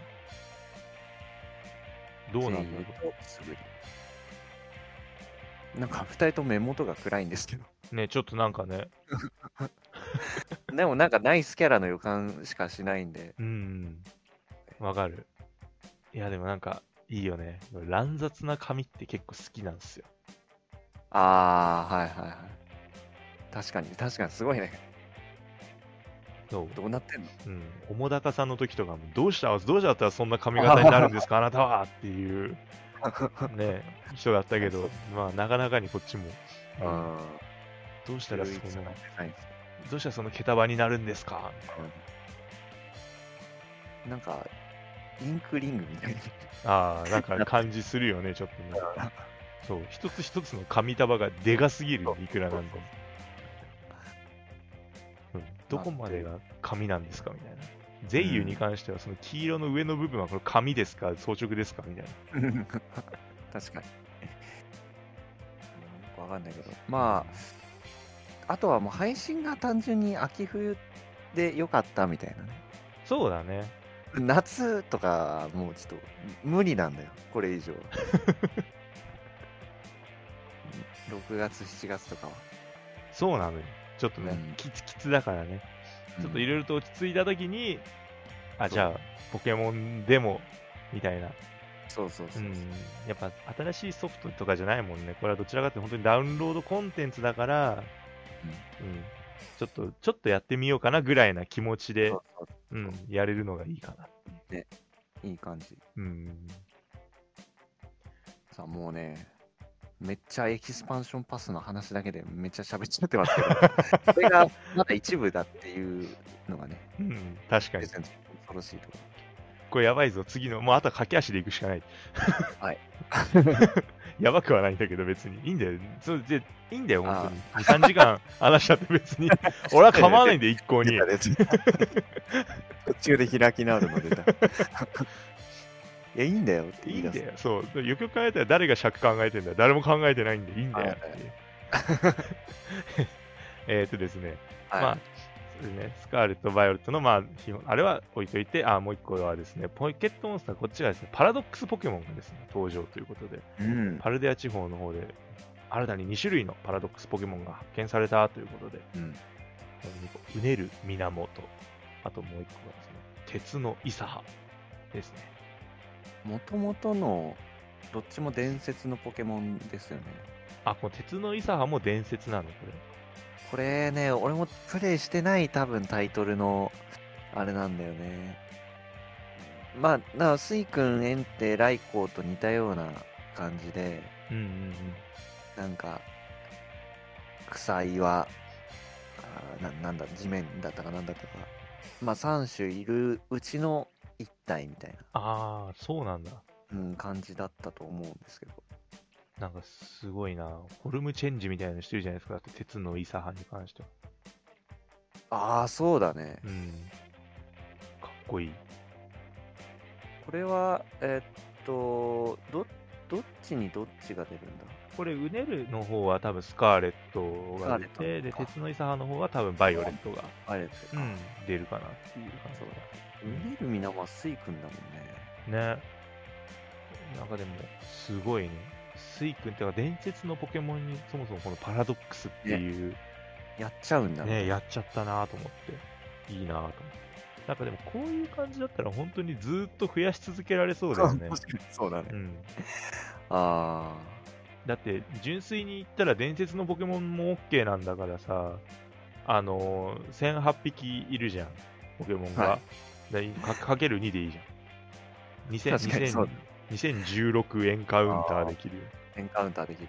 B: ど
C: な
B: うな
C: 声
B: んだ
C: 優
B: ろ
C: とすぐりなんか2人とも目元が暗いんです
B: (laughs)
C: けど
B: う。ね、ちょっとなんかね、
C: でもなんかナイスキャラの予感しかしないんで。
B: うん、わかる。いや、でもなんか、いいよね。乱雑な髪って結構好きなんですよ。
C: ああ、はいはいはい。確かに、確かにすごいね。
B: そう。
C: どうなってんの
B: うん。おもだかさんの時とかも、どうしたどうしちゃったらそんな髪型になるんですか、あなたはっていう、ね、人だったけど、まあ、なかなかにこっちも、
C: (laughs)
B: うん
C: あ
B: どうし
C: ー
B: たらその、
C: はい
B: どうしたらその毛束になるんですか
C: なんか、インクリングみたいな。
B: ああ、なんか感じするよね、ちょっとね。そう、一つ一つの紙束がでかすぎるよ、いくらなんでも。うん、どこまでが紙なんですかみたいな。ゼイユに関しては、その黄色の上の部分はこれ紙ですか装飾ですかみたいな。
C: (laughs) 確かに。よくわかんないけど。まあ、あとはもう配信が単純に秋冬で良かったみたいなね。
B: そうだね。
C: 夏とかもうちょっと無理なんだよこれ以 (laughs) 上6月7月とかは
B: そうなのよ。ちょっとね、
C: うん
B: キツキツだからね。ちょっといろいろと落ち着いたときに、あ、じゃあ、ポケモンでも、みたいな。
C: そうそうそうう、
B: ん。やっぱ、新しいソフトとかじゃないもんね。これはどちらかというと、本当にダウンロードコンテンツだから、うん。ちょっと、ちょっとやってみようかなぐらいな気持ちで
C: そ、うそ
B: うん、やれるのがいいかな。
C: ういい感じ
B: うん。
C: さあもうねめっちゃエキスパンションパスの話だけでめっちゃ喋っちゃってますけど
B: (laughs)
C: それがまだ一部だっていうのがね
B: うん、確かに。
C: 別に恐ろしいとこ
B: これやばいぞ。次の、もうあとは駆け足で行くしかない。
C: はい。
B: (laughs) やばくはないんだけど、別に。いいんだよ。そうでいいんだよ、本
C: あ
B: 当に。2、3時間話しちゃって別に。俺は構わないんで、一
C: ろ
B: 向に。 (laughs)
C: 途中で開き直るの出たいやいいんだよって言
B: いい
C: い
B: ん
C: 出す
B: だよ。そう。よくよく考えたら誰が尺考えてんだよ誰も考えてないんで、いいんだよっていう。 (laughs) えっとですね。
C: はい
B: まあ、そうですね、スカーレット・バイオレットの、まあ、基本あれは置いといて、あもう一個はですね、ポケットモンスター、こっちがですね、パラドックスポケモンがですね、登場ということで、
C: うん
B: パルデア地方の方で、新たに2種類のパラドックスポケモンが発見されたということで、
C: うん
B: うねる源、あともう一個がですね、鉄のイサハですね。
C: もともとのどっちも伝説のポケモンですよね。
B: あ、この鉄のイサハも伝説なの、これ。
C: これね、俺もプレイしてない多分タイトルのあれなんだよね。まあ、だからスイ君、エンテ、ライコウと似たような感じで、
B: うんうんうん。
C: なんか、草岩、あーななんだ、地面だったかなんだったか。まあ、3種いるうちの1体みたい
B: ああ、そうなんだ。
C: な、うん、感じだったと思うんですけど。
B: なんかすごいな。フォルムチェンジみたいなのしてるじゃないですか。だって鉄のイサハに関しては。
C: ああ、そうだね。
B: うん。かっこいい。
C: これは、えっと、ど、どっちにどっちが出るんだ
B: これ、ウネルの方は多分スカーレットが出
C: スカーレ
B: て、で
C: ッ、トか
B: 鉄のイサハの方は多分バイオレットが、
C: あれ
B: う
C: うん
B: ん、出るかなっていう感
C: そうだ。うねるみなはスイ君だもんね。
B: じだね。なんかでも、すごいね。スイ君ってか伝説のポケモンにそもそもこのパラドックスっていう
C: やっちゃうんだ
B: ねやっちゃったなと思っていいなと思ってなんかでもこういう感じだったら本当にずーっと増やし続けられそうだよね
C: (laughs) 確かにそうだね
B: う。ん
C: あ
B: だって純粋に言ったら伝説のポケモンも OK なんだからさあのー、1008匹いるじゃんポケモンが、
C: は
B: だいかかける2でいいじゃん
C: あ。確かにそう
B: 2000
C: だ。
B: 2016エンカウンターできるよ
C: エンカウンター (laughs) できる。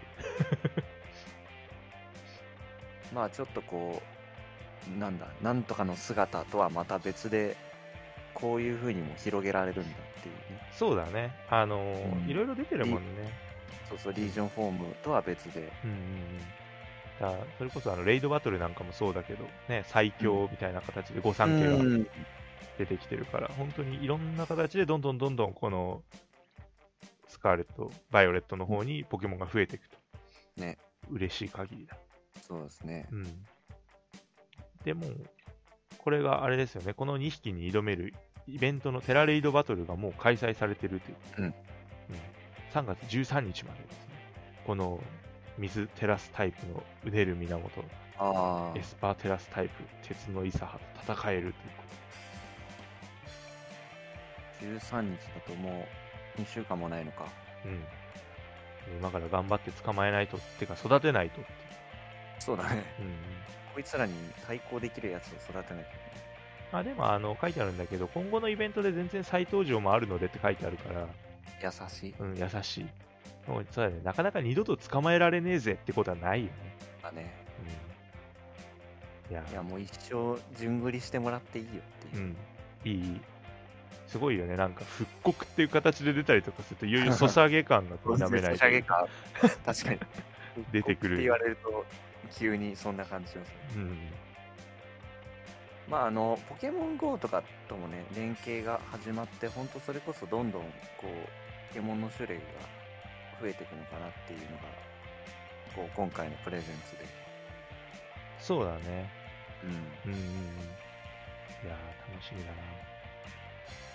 C: まあ、ちょっとこう、なんだ、なんとかの姿とはまた別で、こういう風にも広げられるんだっていうね。
B: そうだねあのー
C: うん
B: いろいろ出てるもんね
C: そうそう、リージョンフォームとは別で。
B: うんうんうんだそれこそあのレイドバトルなんかもそうだけど、ね、最強みたいな形で御三家が
C: うん
B: 出てきてるから、本当にいろんな形でどんどんどんどんこのスカーレット、バイオレットの方にポケモンが増えていくと。
C: ね。
B: 嬉しい限りだ。
C: そうですね。
B: うん。でも、これがあれですよね、この2匹に挑めるイベントのテラレイドバトルがもう開催されてるということで、うん3月13日までですね、この水テラスタイプのうねる源、
C: ああ
B: エ。スパーテラスタイプ、鉄のイサハと戦えるということで
C: 13日だともう2週間もないのか。
B: うん。今から頑張って捕まえないと、てか育てないとってい
C: そうだね。
B: う。うんうん。
C: こいつらに対抗できるやつを育てなきゃい
B: まあでも、あの、書いてあるんだけど、今後のイベントで全然再登場もあるのでって書いてあるから、
C: けない。優しい。
B: うん、優しい。もうそうだね、なかなか二度と捕まえられねえぜってことはないよね。
C: だね。
B: うん。いや、
C: いや、もう一生順繰りしてもらっていいよって
B: う
C: いう。
B: ん。いい。すごいよね、なんか復刻っていう形で出たりとかすると、いよいよソシャゲ感が否め (laughs) ない
C: 差し上げ (laughs) か。確かに。
B: 出てくる
C: って言われると、急にそんな感じしますね。
B: うん。
C: まあ、あの、ポケモン GO とかともね、連携が始まって、ほんとそれこそどんどん、こう、ポケモンの種類が増えていくのかなっていうのが、こう、今回のプレゼンツで。
B: そうだね。
C: うん。
B: うんうんうん。いやー、楽しみだな。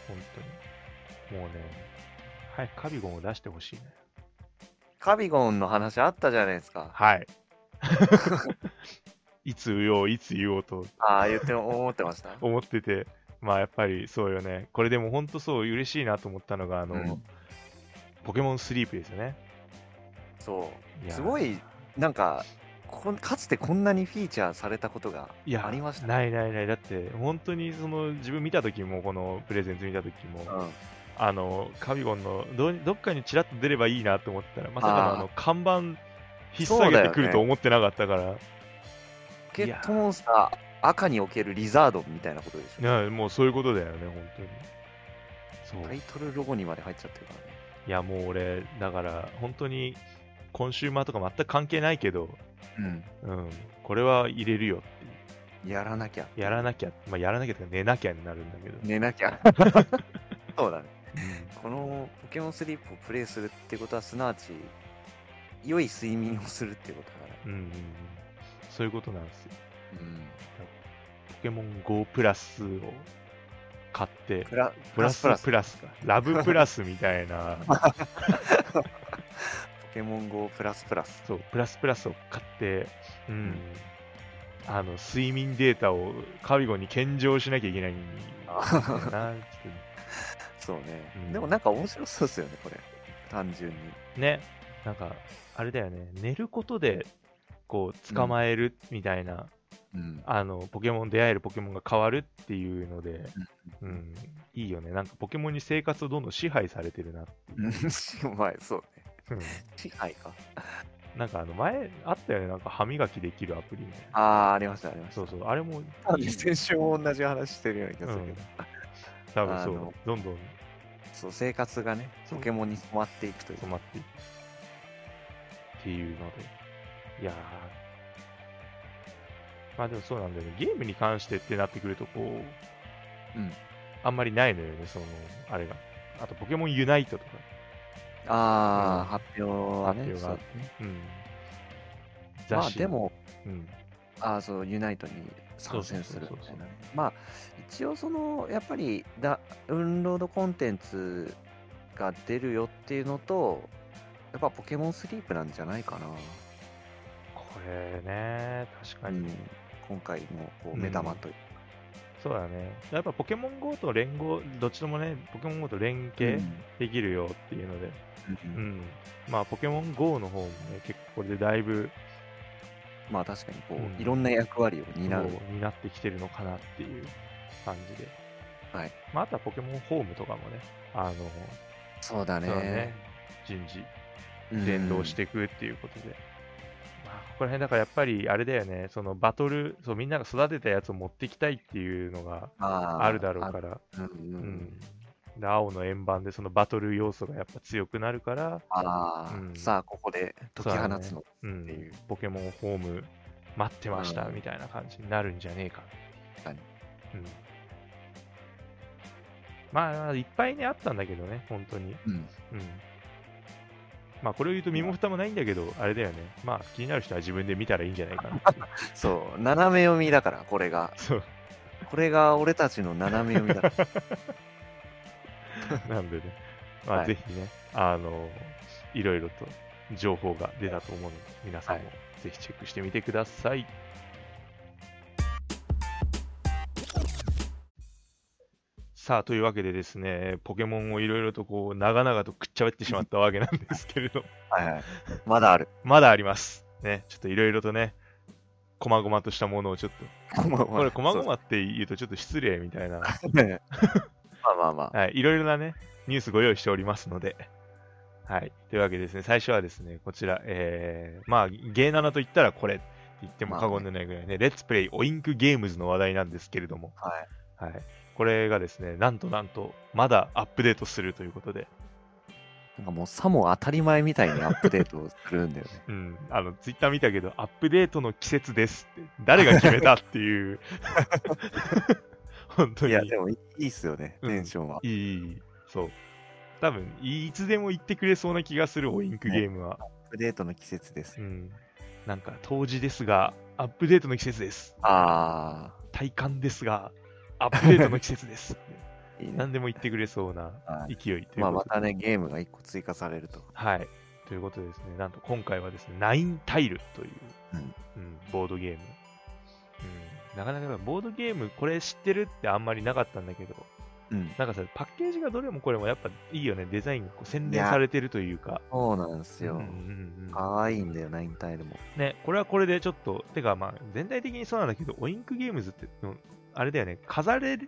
B: 本当に。もうね、早くカビゴンを出してほしいね。
C: カビゴンの話あったじゃないですか。
B: はい。 (laughs) いつ言おう、いつ言おうと
C: ああ、言って (laughs) 思ってました。
B: 思ってて、まあやっぱりそうよね。これでも本当そう、嬉しいなと思ったのが、あの、
C: うん
B: ポケモンスリープですよね。
C: そ。
B: いうや
C: すごい、なんか、こんかつてこんなにフィーチャーされたことが
B: いや
C: ありました。
B: ないないない。だって、本当にその自分見た時も、このプレゼンツ見た時も、
C: うん、
B: あの、カビゴンのどうどっかにちらっと出ればいいなと思ったら、まさかの
C: あー
B: あの看板引っ提げてくると思ってなかったから、
C: ポケットモンスター赤におけるリザードンみたいなことでしょ。
B: ねもうそういうことだよね、本当に。そう。
C: タイ
B: い、
C: トルロゴにまで入っちゃってるからね。
B: や、もう俺、だから、本当に、コンシューマーとか全く関係ないけど、うん、これは入れるよっていう
C: うん。やらなきゃ。
B: やらなきゃ、まあ、やらなきゃとか寝なきゃになるんだけど、
C: 寝なきゃ。 (laughs) そうだね。
B: うん
C: このポケモンスリープをプレイするってことは、すなわち、良い睡眠をするってことだから。
B: うんうんうん、そういうことなんですよ。
C: うん。
B: ポケモン GO プラスを買って、
C: プラ
B: プ
C: プ
B: ラ
C: ラ
B: ス
C: ス
B: プ
C: プ
B: ラ
C: ラ
B: ス
C: ス
B: か、ラブプラスみたい (laughs) な、
C: ポケモン GO プラスプラス。
B: そう、プラスプラスを買って、うん、あの、睡眠データをカビゴンに献上しなきゃいけないんだ (laughs) な、ちょっ
C: そうね、
B: うん
C: でもなんか面白そうですよね、これ。単純に。
B: とね、なんか、あれだよね、寝ることで、こう、捕まえるみたいな、
C: うん。 (laughs)
B: あの、ポケモン、出会えるポケモンが変わるっていうので、うん、いいよね。なんかポケモンに生活をどんどん支配されてるな。
C: うまい、そうね。
B: うん
C: 支配か。
B: なんかあの、前、あったよね。なんか歯磨きできるアプリみたいな。
C: ああ、ありました、ありました。
B: そうそう、あれもいい、
C: 多分先週も同じ話してるような気がするけど、
B: 多分そ
C: あ
B: う
C: の、
B: どんどん
C: そう生活がね、
B: そう
C: ポケモンに染まっていくという
B: 染。まっていく。っていうので。いやー。まあでもそうなんだよね。ゲームに関してってなってくると、こう、
C: うん
B: あんまりないのよね、その、あれが。あと、ポケモンユナイトとか。
C: ああ、
B: うん
C: 発表はね。
B: 発表が
C: そうね
B: うん。
C: まあ
B: 雑誌
C: で
B: の、
C: も、
B: うん。
C: ああ、そう、ユナイトに参戦するみたいなね。まあ、一応その、やっぱりダウンロードコンテンツが出るよっていうのと、やっぱポケモンスリープなんじゃないかな。
B: これね、確か
C: う
B: に。
C: ん今回もこ
B: う
C: うん目玉という、
B: そうだね。やっぱポケモン GO と連合、どっちともね、ポケモン GO と連携できるよっていうので、うん。まあ、ポケモン GO の方もね、結構これでだいぶ
C: まあ確かにこう、
B: うん
C: いろんな役割を担う
B: こう担ってきてるのかなっていう感じで。
C: はい。
B: まあ、あとはポケモンホームとかもね、あの、
C: そうだ
B: そうだね
C: ね、
B: 順次
C: うん
B: 連動していくっていうことで。まあ、ここら辺だからやっぱりあれだよね、そのバトル、そう、みんなが育てたやつを持ってきたいっていうのが
C: あー
B: あるだろう
C: あ
B: から、
C: うんうんう
B: うんん、で青の円盤でそのバトル要素がやっぱ強くなるから、
C: あー、
B: うん
C: さあここで解き放つの、っ
B: う
C: てい
B: ん
C: う、
B: ポケモンホーム待ってました
C: うん
B: みたいな感じになるんじゃねえかっていう
C: 確
B: うん、まあいっぱいねあったんだけどね本当に、
C: うん
B: うん、まあこれを言うと身も蓋もないんだけどあれだよねまあ気になる人は自分で見たらいいんじゃないかな
C: (laughs)
B: っていう
C: そう斜め読みだからこれが
B: そう
C: これが俺たちの斜め読みだから
B: (laughs) なんでねま
C: は
B: あ
C: い
B: ぜひね、あのいろいろと情報が出たと思うので皆さんも
C: は
B: ぜひチェックしてみてくださいさあ、というわけでですね、ポケモンをいろいろとこう、長々とくっちゃべってしまったわけなんですけれど、
C: はい、はい、まだある
B: まだあります。ね、ちょっといろいろとね、こまごまとしたものをちょっと、
C: こま
B: (laughs) これ、こま
C: (laughs)
B: ごまって言うとちょっと失礼みたいな、
C: まあまあまあ
B: (laughs) はい、いろいろなね、ニュースご用意しておりますので、はい、というわけでですね、最初はですね、こちら、えー、まあ、ゲーナナと言ったらこれって言っても過言でないぐらいね、レッツプレイオインクゲームズの話題なんですけれども、
C: はい
B: はい、これがですね、なんとなんと、まだアップデートするということで、
C: なんかもうさも当たり前みたいにアップデートをするんだよね
B: うん、あの、ツイッター見たけど、アップデートの季節ですって、誰が決めたって (laughs) いう、本 (laughs) 当
C: い
B: に
C: やでもいいっすよね
B: うん
C: テンションは、
B: いい、そう。多分、いつでも言ってくれそうな気がする、オインクゲームは。
C: アップデートの季節です
B: うん、なんか冬至ですが、アップデートの季節です。
C: ああ
B: 体感ですが、アップデートの季節です。
C: いいね
B: 何でも言ってくれそうな
C: は
B: 勢いということで、
C: まあ、またね、ゲームが1個追加されると。
B: はい。ということでですね、なんと今回はですね、ナインタイルという、
C: うん
B: うんボードゲーム。うん、なかなかボードゲーム、これ知ってるってあんまりなかったんだけど、
C: うん。
B: なんかさ、パッケージがどれもこれもやっぱいいよね、デザインがこう洗練されてるというか。
C: そうなんです
B: うんう
C: よ。
B: んう
C: か
B: ん
C: わいいんだよ、ナインタイルも。
B: ね、これはこれでちょっと、てかまあ、全体的にそうなんだけど、オインクゲームズって、うんあれだよね、飾れ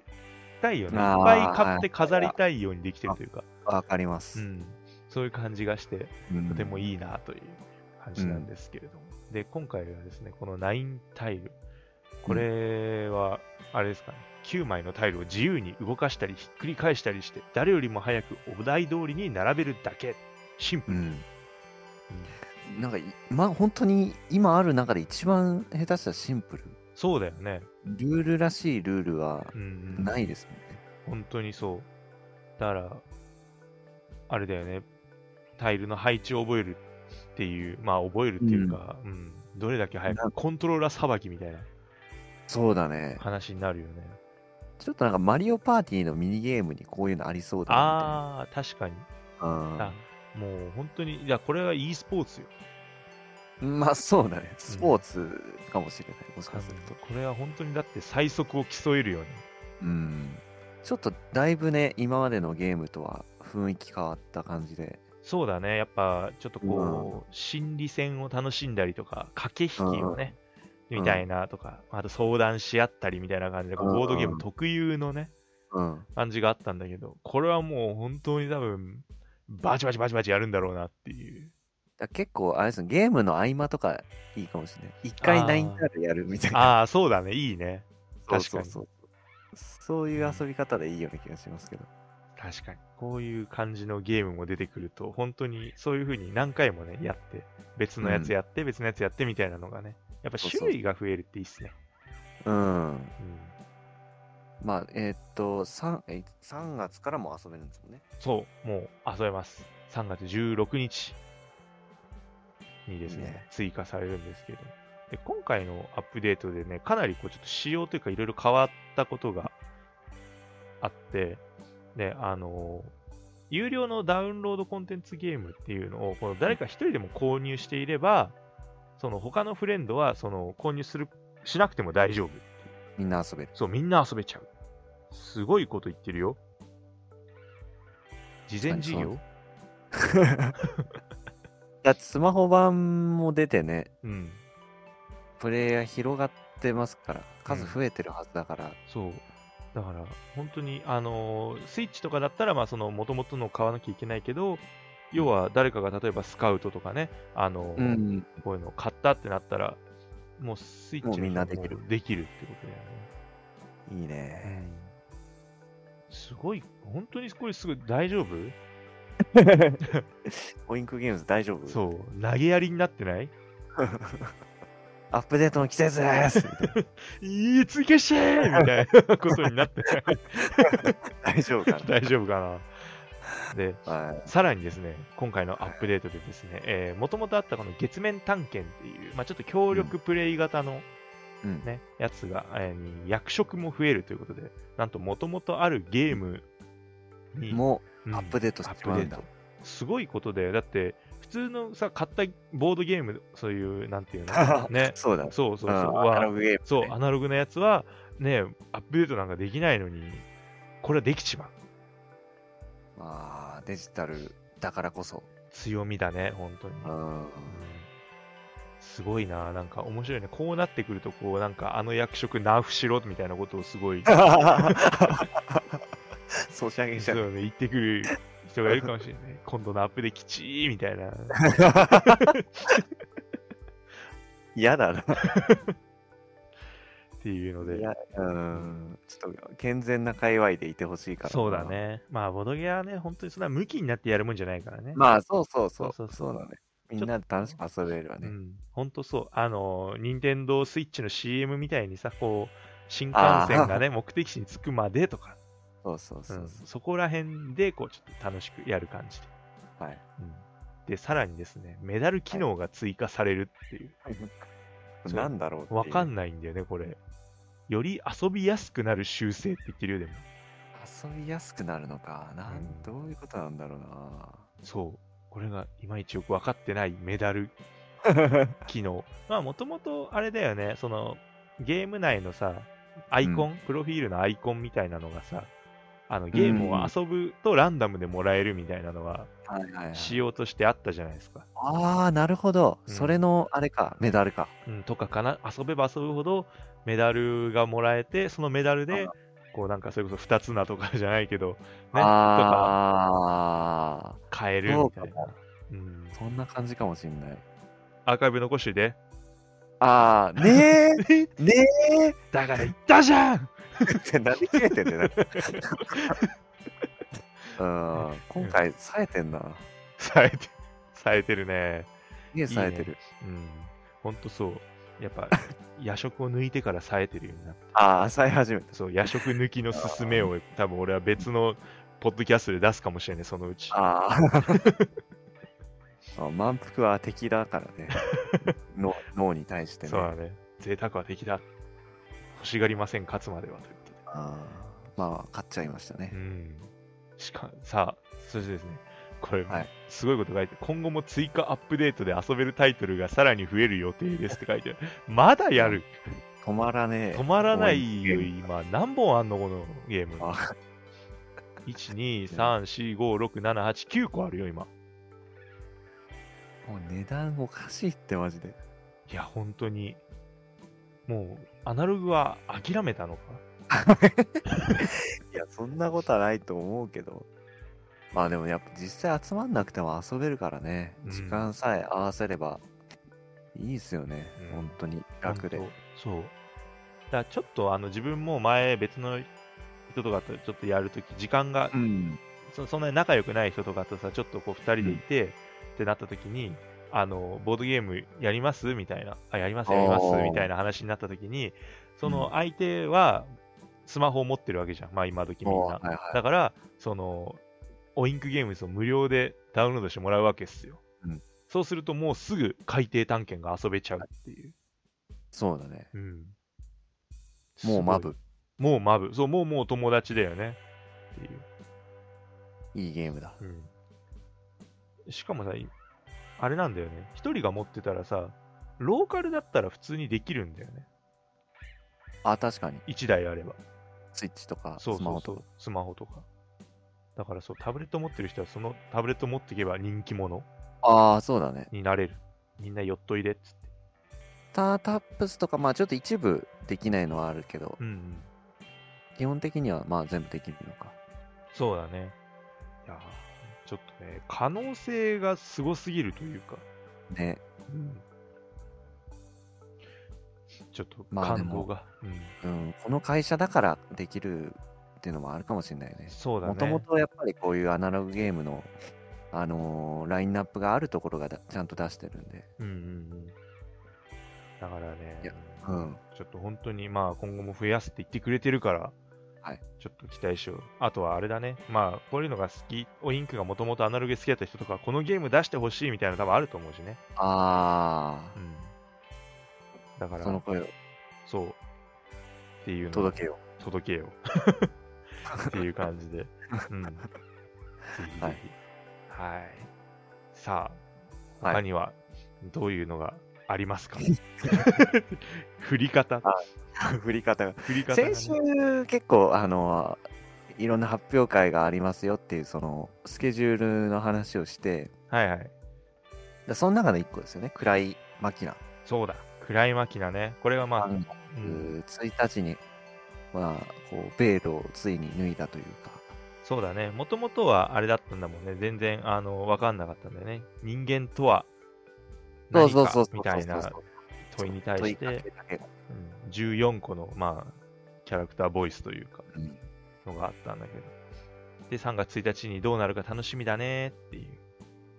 B: たいよね。い
C: あ
B: っ
C: ー
B: ぱい買って飾りたいようにできてるというか、
C: わかりま
B: う
C: す。
B: ん、そういう感じがして、
C: うん
B: とてもいいなという感じなんですけれども、で今回はですねこのナインタイルこれはあれですかね9枚のタイルを自由に動かしたりひっくり返したりして誰よりも早くお題通りに並べるだけシンプ
C: う
B: ル、
C: ん。なんかい、ま、本当に今ある中で一番下手したらシンプル。
B: そうだよね、
C: ルールらしいルールは
B: うんうん、
C: ないですもんね。
B: 本当にそうだからあれだよねタイルの配置を覚えるっていうまあ覚えるっていうか、うんどれだけ早
C: な
B: くコントローラーさばきみたいな
C: そうだね。
B: 話になるよね
C: ちょっとなんかマリオパーティーのミニゲームにこういうのありそうだな
B: ああ確かに
C: みたいな。
B: あもう本当に、いや、これは e スポーツよ。
C: うん。まあそうだね。スポーツかもしれない。もしかすると。
B: これは本当にだって最速を競えるよね。
C: うん。ちょっとだいぶね、今までのゲームとは雰囲気変わった感じで。
B: そうだね、やっぱちょっとこう、心理戦を楽しんだりとか、駆け引きをね、
C: うん
B: みたいなとか、あと相談し合ったりみたいな感じで、こう
C: うん
B: ボードゲーム特有のね、
C: うん。
B: 感じがあったんだけど、これはもう本当に多分、バチバチバチバチやるんだろうなっ
C: (laughs)
B: ていう。
C: だから結構、あれですね、ゲームの合間とかいいかもしれない。一回
B: あー
C: ナインタールやるみたいな。
B: ああ、そうだね、いいね。
C: そう
B: 確かに
C: そうそうそういう遊び方でいいような気がしますけど。
B: 確かに。こういう感じのゲームも出てくると、本当にそういう風に何回もね、やって、別のやつやって、別のやつやってみたいなのがね、やっぱ
C: そうそう
B: 種類が増えるっていいっすね。
C: うん。
B: うん、
C: まあ、えーっと3、えー3月からも遊べるんですもんね。
B: そう、もう遊べます。3月16日にですね、
C: ね
B: 追加されるんですけど、で今回のアップデートでね、かなりこうちょっと仕様というか、いろいろ変わったことがあって、ね、あのー有料のダウンロードコンテンツゲームっていうのを、この誰か一人でも購入していれば、その他のフレンドはその購入するしなくても大丈夫。
C: みんな遊べ (laughs) る。
B: そう、みんな遊べちゃう。すごいこと言ってるよ。事前事業
C: だってスマホ版も出てね、
B: うん。
C: プレイヤー広がってますから、数増えてるはずだから、
B: そう。だから、本当に、あのースイッチとかだったら、まあ、その、もともとのを買わなきゃいけないけど、要は、誰かが例えばスカウトとかね、あのー
C: うん
B: こういうのを買ったってなったら、もうスイッチの人
C: もうみんなできる
B: もうできるってことだよね。
C: いいね。
B: すごい、本当にこれすごい、大丈夫
C: オインクゲームズ大丈夫う。
B: そう、投げやりになってない
C: アップデートの季節 (laughs) ですみたいない
B: い追加してーみたいなことになってない
C: 大丈夫か
B: (laughs) 大丈夫かな。で、
C: なはい。
B: さらにですね、今回のアップデートでですね、えー、もともとあったこの月面探検っていう、まあ、ちょっと協力プレイ型の
C: うん。
B: ね、やつが、えーに役職も増えるということで、なんともともとあるゲームに、
C: も
B: う
C: うんアップデートし
B: アッ
C: て
B: プ
C: ま
B: デ
C: うん
B: ー
C: だ
B: ト。。すごいことで、だって、普通のさ、買ったボードゲーム、そういう、なんていう
C: (laughs)
B: のね、
C: そうだ。
B: そうそうそう、
C: うんアナログゲーム。
B: そう、アナログなやつは、ね、アップデートなんかできないのに、これはできちまう。
C: まあ、デジタルだからこそ。
B: 強みだね、本当に。
C: う
B: うん
C: ん。
B: すごいな、なんか面白いね。こうなってくると、こう、なんかあの役職ナーフしろみたいなことをすごい、
C: ソシャゲじ
B: そ
C: ゃ。
B: うんね、言ってくる人がいるかも
C: (laughs)
B: しれない。今度のアップできちーみたいな。
C: 嫌だな。
B: っていうの
C: い
B: で。
C: やうん。ちょっと健全な界隈でいてほしいから。
B: そうだ。ね。まあ、ボドゲはね、本当にそんな向きになってやるもんじゃないからね。
C: まあ、そうそうそう。
B: そ
C: そうう
B: そうそう
C: だね。みんなで楽しく遊べるわ
B: う
C: ね。
B: ん、本当そう。あの、任天堂スイッチの CM みたいにさ、こう、新幹線がね、目的地に着くまでとか、
C: そうそう
B: う
C: そ
B: ん
C: う。
B: そこら辺で、こう、ちょっと楽しくやる感じで。 (laughs)
C: はい。
B: うんで、さらにですね、メダル機能が追加されるっていう。そう
C: なんだろうっていう
B: わかんないんだよね、これ。より遊びやすくなる修正って言ってるよ、でも。
C: 遊びやすくなるのか。な、
B: うんん
C: どういうことなん
B: (laughs)
C: だろうな。
B: そう。これがいまいちよく分かってないメダル機能。まあ、もともとあれだよね、その、ゲーム内のさ、アイコン、プロフィールのアイコンみたいなのがさ、あのゲームを遊ぶとランダムでもらえるみたいなのが
C: はいはいはい
B: 仕様としてあったじゃないですか。
C: ああ、なるほど。
B: うん
C: それの、あれか、メダルか。
B: うん、とかかな、遊べば遊ぶほどメダルがもらえて、そのメダルで、こうなんかそれこそ2つなとかじゃないけど、ね、とか
C: ああ、
B: 買えるみたい
C: そう
B: な。うん、
C: そんな感じかもしんない。
B: アーカイブ残しといて。
C: ああ、ねえ、ねえ
B: だから言ったじゃん
C: ってなりきれてんだよ (laughs) なんかうん、今回、冴えてんな。
B: 冴えて、冴えてるね。
C: すげえ冴えてる。
B: いいねうん。ほんとそう。やっぱ、夜食を抜いてから冴えてるようになって。
C: ああ、冴え始めた。
B: そう、夜食抜きのすすめを、多分俺は別のポッドキャストで出すかもしれない、そのうち。
C: あー (laughs) あ。満腹は敵だから (laughs) ね。の脳に対してね。
B: そうだね。贅沢は敵だ。欲しがりません、勝つまではということで。
C: あーまあ、勝っちゃいましたね
B: う。ん。しか、さあ、そしてですね、これ、
C: はい
B: すごいこと書いて、今後も追加アップデートで遊べるタイトルがさらに増える予定ですって書いてある。まだやる
C: 止まらねえ。
B: 止まらないよ、
C: もう一
B: 今。何本あんの、このゲーム。
C: あ
B: 1、2、3、4、5、6、7、8、9個あるよ、今。
C: もう値段おかしいってマジで。
B: いや、本当に。もう、アナログは諦めたのか。
C: いや、そんなことはないと思うけど。まあでもやっぱ実際集まんなくても遊べるからね。
B: うん
C: 時間さえ合わせればいいっすよね。
B: うん
C: 本当に楽で
B: ほん。と。そう。だからちょっと、あの、自分も前、別の人とかとちょっとやるとき、時間が
C: うん。
B: そそんなに仲良くない人とかとさ、ちょっとこう2人でいて、ってなった時に、あの、ボードゲームやりますみたいな、あ、やりますやります
C: おー
B: みたいな話になった時に、そ
C: う
B: の
C: ん
B: 相手はスマホを持ってるわけじゃん。まあ今時みん
C: お
B: な
C: ー。はいは
B: だから、その、オインクゲームズを無料でダウンロードしてもらうわけですよ。
C: うん
B: そうするともうすぐ海底探検が遊べちゃうっていう。
C: そうだね。
B: うん。
C: もうマ
B: す
C: ブ。
B: ごい。もうマブ。そう、もうもう友達だよね。っていう。
C: いいゲームだ。
B: うん、しかもさ、いあれなんだよね。一人が持ってたらさ、ローカルだったら普通にできるんだよね。
C: あ、確かに。
B: 一台あれば。
C: スイッチとかス
B: そう
C: マ
B: そう
C: ホ
B: そ
C: とか
B: う。。スマホとか。だからそう、タブレット持ってる人はそのタブレット持っていけば人気者
C: ああ、そうだね。
B: になれる。みんな寄っといでっつって。
C: スタートアップスとか、まあちょっと一部できないのはあるけど、
B: うん、うん。
C: 基本的にはまあ全部できるのか。
B: そうだね。いやーちょっとね、可能性がすごすぎるというか。
C: ね。
B: うんちょっと
C: まあで
B: 感
C: も
B: 動が。うん、
C: うん。この会社だからできるっていうのもあるかもしれないよね。
B: そうだね。
C: もともとやっぱりこういうアナログゲームの、あのーラインナップがあるところがだちゃんと出してるんで、
B: うんうんうん。だからね
C: いや、うん、
B: ちょっと本当にまあ今後も増やすって言ってくれてるから、
C: はい、
B: ちょっと期待しよう。あとはあれだね、まあこういうのが好き、オインクがもともとアナログ好きだった人とか、このゲーム出してほしいみたいなの多分あると思うしね。
C: あ
B: うん。だか
C: あ、
B: ら、
C: その声を
B: そう。っていうのを
C: 届けよ
B: 届けよう。っていう感じで。うん。ぜひ
C: は
B: ぜ
C: い
B: ひ。はい。さあ、
C: はい
B: 他にはどういうのがあります
C: (laughs)
B: か振り方。
C: う。振り方が。
B: (laughs) 振り方が
C: 先
B: ね、
C: 週結構、あのーいろんな発表会がありますよっていう、その、スケジュールの話をして、
B: はいはい。
C: だその中の一個ですよね、暗いマキナ。
B: そうだ。暗いマキナね。これがまあ、
C: 3
B: う
C: 月
B: ん
C: 1日に、まあ、こう、ベールをついに脱いだというか、
B: そうだね。もともとはあれだったんだもんね。全然、あの、わかんなかったんだよね。人間とは何かみたいな問いに対し
C: 問いか
B: て、
C: けだけが
B: うん、14個の、まあ、キャラクターボイスというか、
C: うん
B: のがあったんだけど。で、3月1日にどうなるか楽しみだねっていう。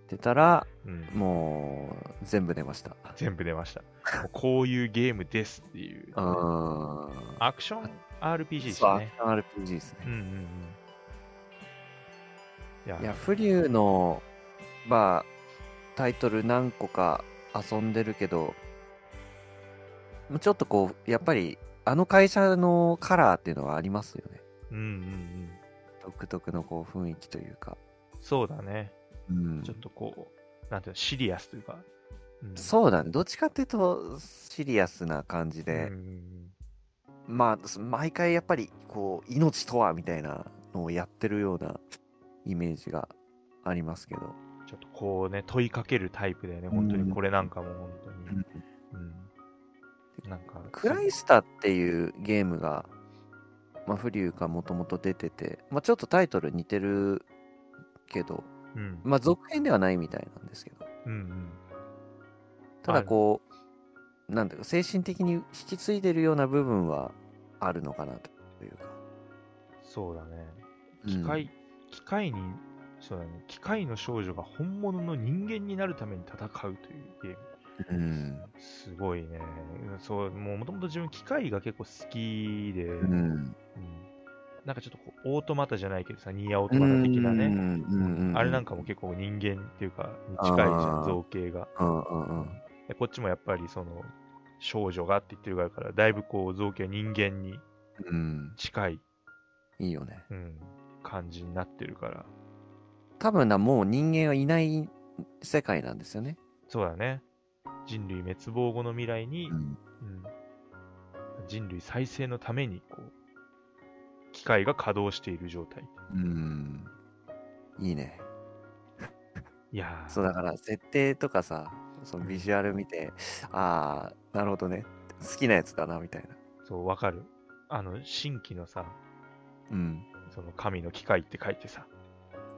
C: 出たら、
B: うん。
C: もう全部出ました。
B: 全部出ました。もうこういうゲームですってい
C: う
B: う。
C: ーん。
B: アクション RPG です
C: そう、
B: ね。
C: RPG です
B: うん
C: ね。
B: うんうん。いや
C: いや、フリューの、まあ、タイトル何個か遊んでるけど、ちょっとこう、やっぱり、あの会社のカラーっていうのはありますよね。
B: うんうんうん。
C: 独特のこう雰囲気というか、
B: そうだね。
C: うん
B: ちょっとこう、なんていうの、シリアスというか。うん
C: そうだねどっちかっていうとシリアスな感じ
B: うんう
C: で、
B: ん
C: まあそ毎回やっぱりこう命とはみたいなのをやってるようなイメージがありますけど、
B: うん。ちょっとこうね、問いかけるタイプだよね。本当
C: うん
B: にこれなんかもう本当に。うん。なんか、
C: クライスタっていうゲームが、まあ、フリューがもともと出てて、まあ、ちょっとタイトル似てるけど、
B: うん。
C: まあ、続編ではないみたいなんですけど
B: うんうん。
C: ただこう、なんだか精神的に引き継いでるような部分はあるのかなというか
B: そうだね。
C: うん
B: 機械、機械に、そうだね。機械の少女が本物の人間になるために戦うというゲーム。
C: うん
B: すごいね。そう、もうもともと自分機械が結構好きで、
C: う
B: うん
C: ん
B: なんかちょっとこう、オートマタじゃないけどさ、ニアオートマタ的なね。
C: ね
B: あれなん
C: か
B: かも結構人間っていうか、に近いじゃ
C: あー
B: ん、造形が。
C: うんうんうん
B: でこっちもやっぱりその、少女がって言ってる側から、だいぶこう、造形は人間に
C: うん
B: 近い、
C: いいよね
B: うん、感じになってるから。
C: 多分なもう人間はいない世界なんですよね、
B: そうだね。人類滅亡後の未来に、うん、人類再生のために、こう、機械が稼働している状態。
C: うんいいね
B: いやー
C: そうだから設定とかさそのビジュアル見て、ああなるほどね好きなやつだなみたいな
B: そう、わかる。あの、新規のさ、
C: うん
B: その神の機械って書いてさ、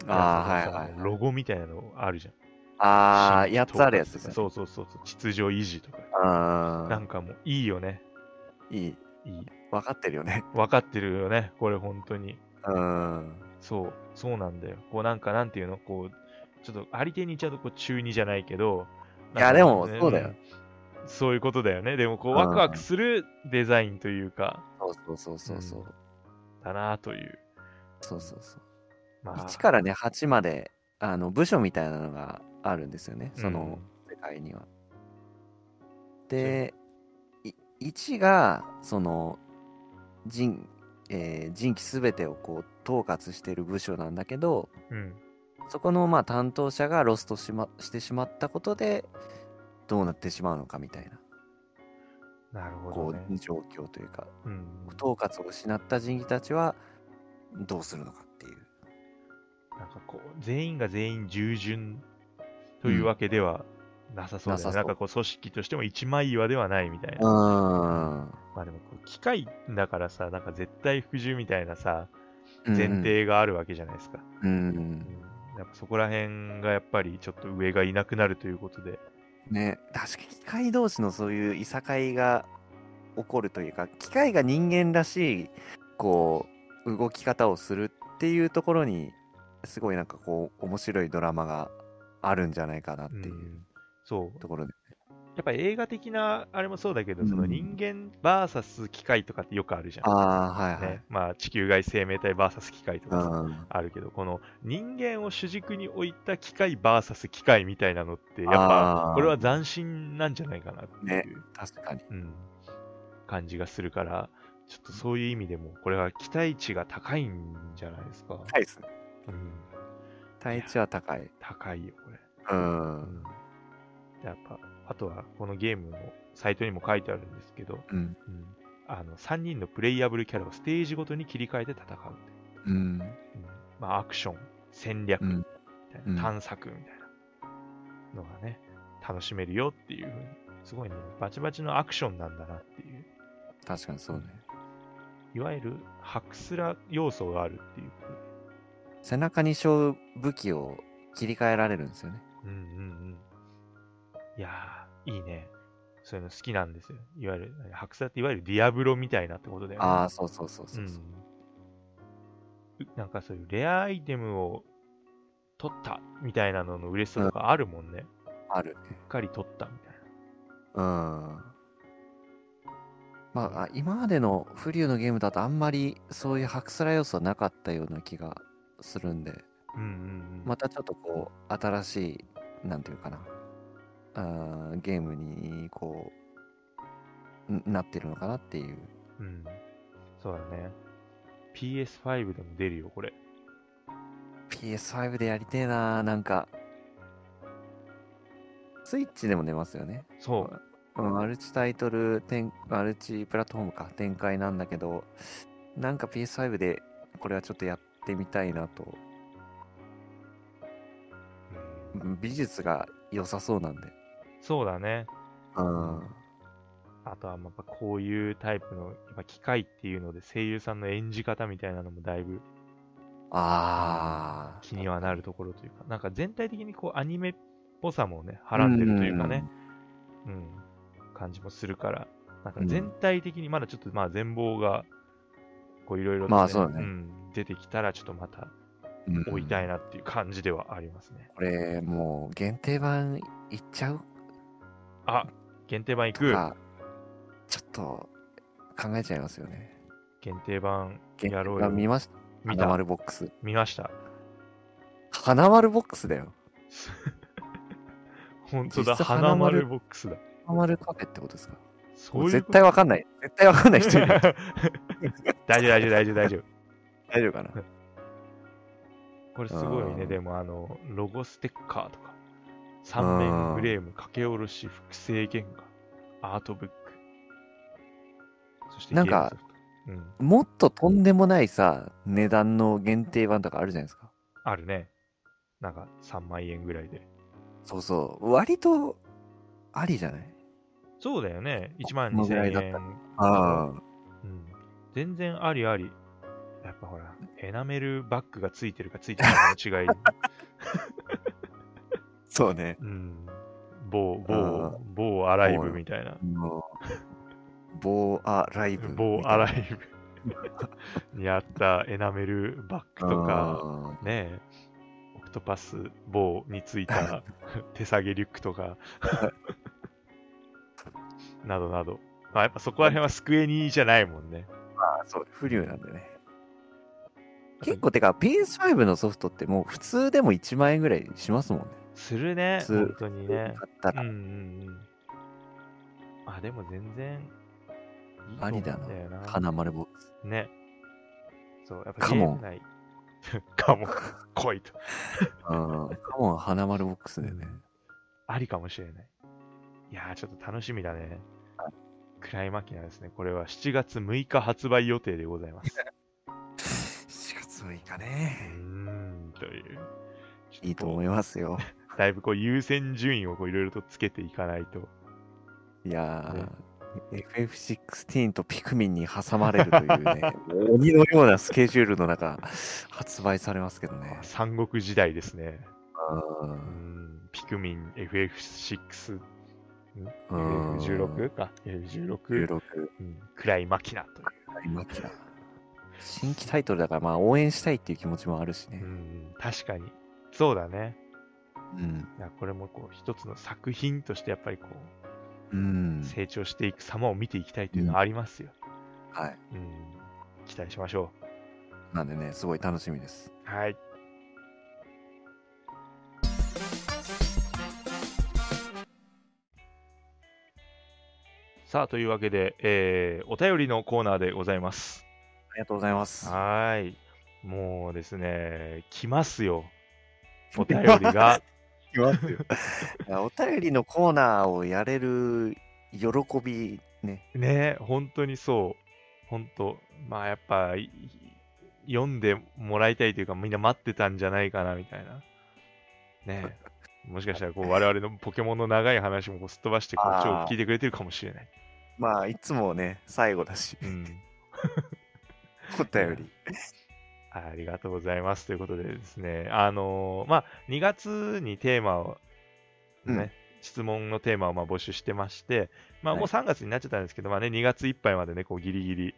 C: ああ
B: いやそ
C: ー
B: の
C: はいはい
B: さロゴみたいなのあるじゃん。
C: ああ
B: 新規
C: やつあるやつですね
B: そうそうそうそう、秩序維持とか。
C: あ
B: なんかもういいよね。
C: ーいい
B: いい。
C: 分かってるよね
B: わかってるよね、これ本当に。
C: うん
B: そう、そうなんだよ。こうなんかなんていうの、こう、ちょっとありていに言っちゃうとこう中二じゃないけど、
C: いやでも
B: なんかね
C: そうだよ。
B: んそういうことだよね。でもこう
C: うん
B: ワクワクするデザインというか、
C: そうそうそうそうそう、
B: うんだなという。
C: そうそうそう
B: まあ、
C: 1からね8まであの部署みたいなのがあるんですよね
B: うん
C: その世界には。でい1がその人,、えー人気すべてをこう統括してる部署なんだけど
B: うん。
C: そこのまあ担当者がロストし,、ま、してしまったことでどうなってしまうのかみたいな
B: なるほ
C: こ
B: ど、ね。
C: う状況というか
B: うん、
C: 統括を失った人気たちはどうするのかっていう。
B: なんかこう、全員が全員従順というわけではなさそうだ
C: な
B: よね。
C: さそう
B: なんかこう、組織としても一枚岩ではないみたいな。
C: うん
B: まあでもこう、機械だからさ、なんか絶対服従みたいなさ、前提があるわけじゃないですか。
C: うんう
B: うんんやっぱそこら辺がやっぱりちょっと上がいなくなるということで。
C: ね確かに機械同士のそういういさかいが起こるというか機械が人間らしいこう動き方をするっていうところにすごいなんかこう面白いドラマがあるんじゃないかなっていううん
B: そう。
C: ところで、
B: やっぱ映画的なあれもそうだけど、そうの
C: ん
B: 人間 VS 機械とかってよくあるじゃん。
C: ああはいはい、
B: ね、まあ地球外生命体 VS 機械と
C: う
B: かさ
C: ん
B: あるけど、この人間を主軸に置いた機械 VS 機械みたいなのって、やっ
C: あー
B: ぱこれは斬新なんじゃないかなっていう、
C: ね確かに
B: うん、感じがするから、ちょっとそういう意味でも、これは期待値が高いんじゃないですか。
C: 高いですね
B: うん、
C: 体値は高い
B: 高いよ、これ。
C: う
B: うんん、やっぱ、あとはこのゲームのサイトにも書いてあるんですけど、
C: うん
B: うん、あの3人のプレイヤブルキャラをステージごとに切り替えて戦うって。
C: うん
B: うんまあ、アクション、戦略、
C: うん
B: みたいな
C: うん
B: 探索みたいなのがね、楽しめるよっていうふうに、すごいね、バチバチのアクションなんだなっていう、
C: 確かにそうね
B: いわゆるハクスラ要素があるっていうこ
C: 背中に背負う武器を切り替えられるんですよね
B: とで。うんうんうん。いやー、いいね。そういうの好きなんですよ。いわゆる、ハクスラっていわゆるディアブロみたいなってことだよね。
C: ああそうそうそうそうう、
B: ん
C: そう
B: うなんかそういうレアアイテムを取ったみたいなのの嬉しさとかあるもんね。
C: あるね
B: うっかり取ったみたいな。
C: うん。まあ、あ今までのフリューのゲームだとあんまりそういう白スラ要素はなかったような気がするんで、
B: うんうんうん。
C: またちょっとこう、新しい、なんていうかな、あーゲームにこう、んなってるのかなっていう。
B: うん。そうだね。PS5 でも出るよ、これ。
C: PS5 でやりてえなーなんかスイッチでも出ますよね
B: そう。
C: マルチタイトル展マルチプラットフォームか展開なんだけどなんか PS5 でこれはちょっとやってみたいなと
B: うん
C: うん美術が良さそうなんで
B: そうだね。
C: うん
B: あとは、やっぱこういうタイプの、やっぱ機械っていうので、声優さんの演じ方みたいなのもだいぶ
C: ああ
B: 気にはなるところというか、なんか全体的にこうアニメっぽさもね、払ってるというかね、うん、感じもするから、なんか全体的にまだちょっとまあ全貌が、こういろいろと
C: まあそうだね
B: ん出てきたら、ちょっとまた
C: うん
B: 追いたいなっていう感じではありますね。
C: これもう限定版いっちゃう
B: あ、限定版行
C: と
B: く
C: かちょっと考えちゃいますよね
B: 限定版
C: 限
B: や
C: 定
B: ろうよ。
C: 版見ました
B: 見
C: 花
B: た
C: 丸ボックス
B: 見ました。
C: 花丸ボックスだよ
B: 本当だ、
C: 実質
B: 花
C: 花丸
B: 丸ボックスだ。
C: 花丸カフェってことですか
B: そういう
C: 絶
B: こと
C: 対わかんない絶対わかんない人
B: (laughs)
C: いる
B: 大丈夫、大丈夫、大丈夫、大丈夫。
C: 大丈夫かな
B: これすごいね、
C: うん
B: でもあの、ロゴステッカーとか、三面フレーム、掛け下ろし、複製原画、アートブック。そして
C: なんか
B: ゲームソフト、うん、
C: もっととんでもないさ、値段の限定版とかあるじゃないですか。
B: あるね。なんか3万円ぐらいで。
C: そうそう。割と、ありじゃない
B: そうだよね、1万
C: このぐらいだ
B: 2000
C: った
B: 円。
C: あ
B: うん、全然ありあり。やっぱほら、エナメルバッグがついてるかついてないか
C: (laughs)
B: の違い。
C: あ。そうね。
B: うん。某、
C: あ
B: 某、某アライブみたいな。
C: もうボーアライブ。
B: 某アライブにあったエナメルバッグとか、
C: か。
B: ねえ、オクトパス棒についた手提げリュックとか、 (laughs) などなど。まあやっぱそこら辺は机にじゃないもんね。
C: あそう、不流なんでね。結構、てか PS5 のソフトってもう普通でも1万円ぐらいしますもんね。
B: するね、
C: す
B: 本当にね。
C: 買った
B: うん
C: ら
B: うんうん。あ、でも全然いいと
C: あ
B: 思う
C: り
B: んだ
C: だ
B: よ
C: な
B: な。。
C: 花丸ボックス。
B: ね。そう、やっぱ
C: カ
B: ゲー
C: モン
B: ム (laughs) 内。かも。来いと。
C: うん。カモン花丸ボックスだよね。
B: ありかもしれない。いやー、ちょっと楽しみだね。クライマキナですね。これは7月6日発売予定でございます。
C: 4月6日
B: うー
C: ね。
B: ん、という。
C: いいと思いますよ。
B: だいぶこう優先順位をこういろいろとつけていかないと。
C: いや
B: ね
C: ー、FF16 とピクミンに挟まれるという (laughs) ね、鬼のようなスケジュールの中、発売されますけどね。
B: 三国時代ですね。
C: う
B: うー
C: ん
B: ん、ピクミン FF6、
C: うーん
B: FF16 か。FF16、
C: 16
B: うん、クライマキナという。
C: 今期だ新規タイトルだから、まあ応援したいっていう気持ちもあるしね
B: う。ん、確かに。そうだね。
C: うん。
B: いやこれもこう一つの作品としてやっぱりこう
C: うん。
B: 成長していく様を見ていきたいというのはありますよ。
C: はい。
B: うん、期待しましょ
C: なんでね、すごい楽しみです。
B: う。はい。さあ、というわけで、えーお便りのコーナーでございます。
C: ありがとうございます。
B: はーい。もうですね、来ますよ。お便りが。
C: います (laughs) よ。お便りのコーナーをやれる喜びね。
B: ね本当にそう。本当。まあやっぱ、い読んでもらいたいというか、みんな待ってたんじゃないかな、みたいな。ねもしかしたら、こう、我々のポケモンの長い話もこうすっ飛ばして、こう、
C: あー
B: 超聞いてくれてるかもしれない。
C: まあ、いつもね、最後だし、
B: うん。
C: お便り。
B: ありがとうございます。ということでですね、あのーまあ、2月にテーマを、ね、
C: うん
B: 質問のテーマをまあ募集してまして、まあ、
C: はい
B: もう3月になっちゃったんですけど、まあね、2月いっぱいまでね、こうギリギリ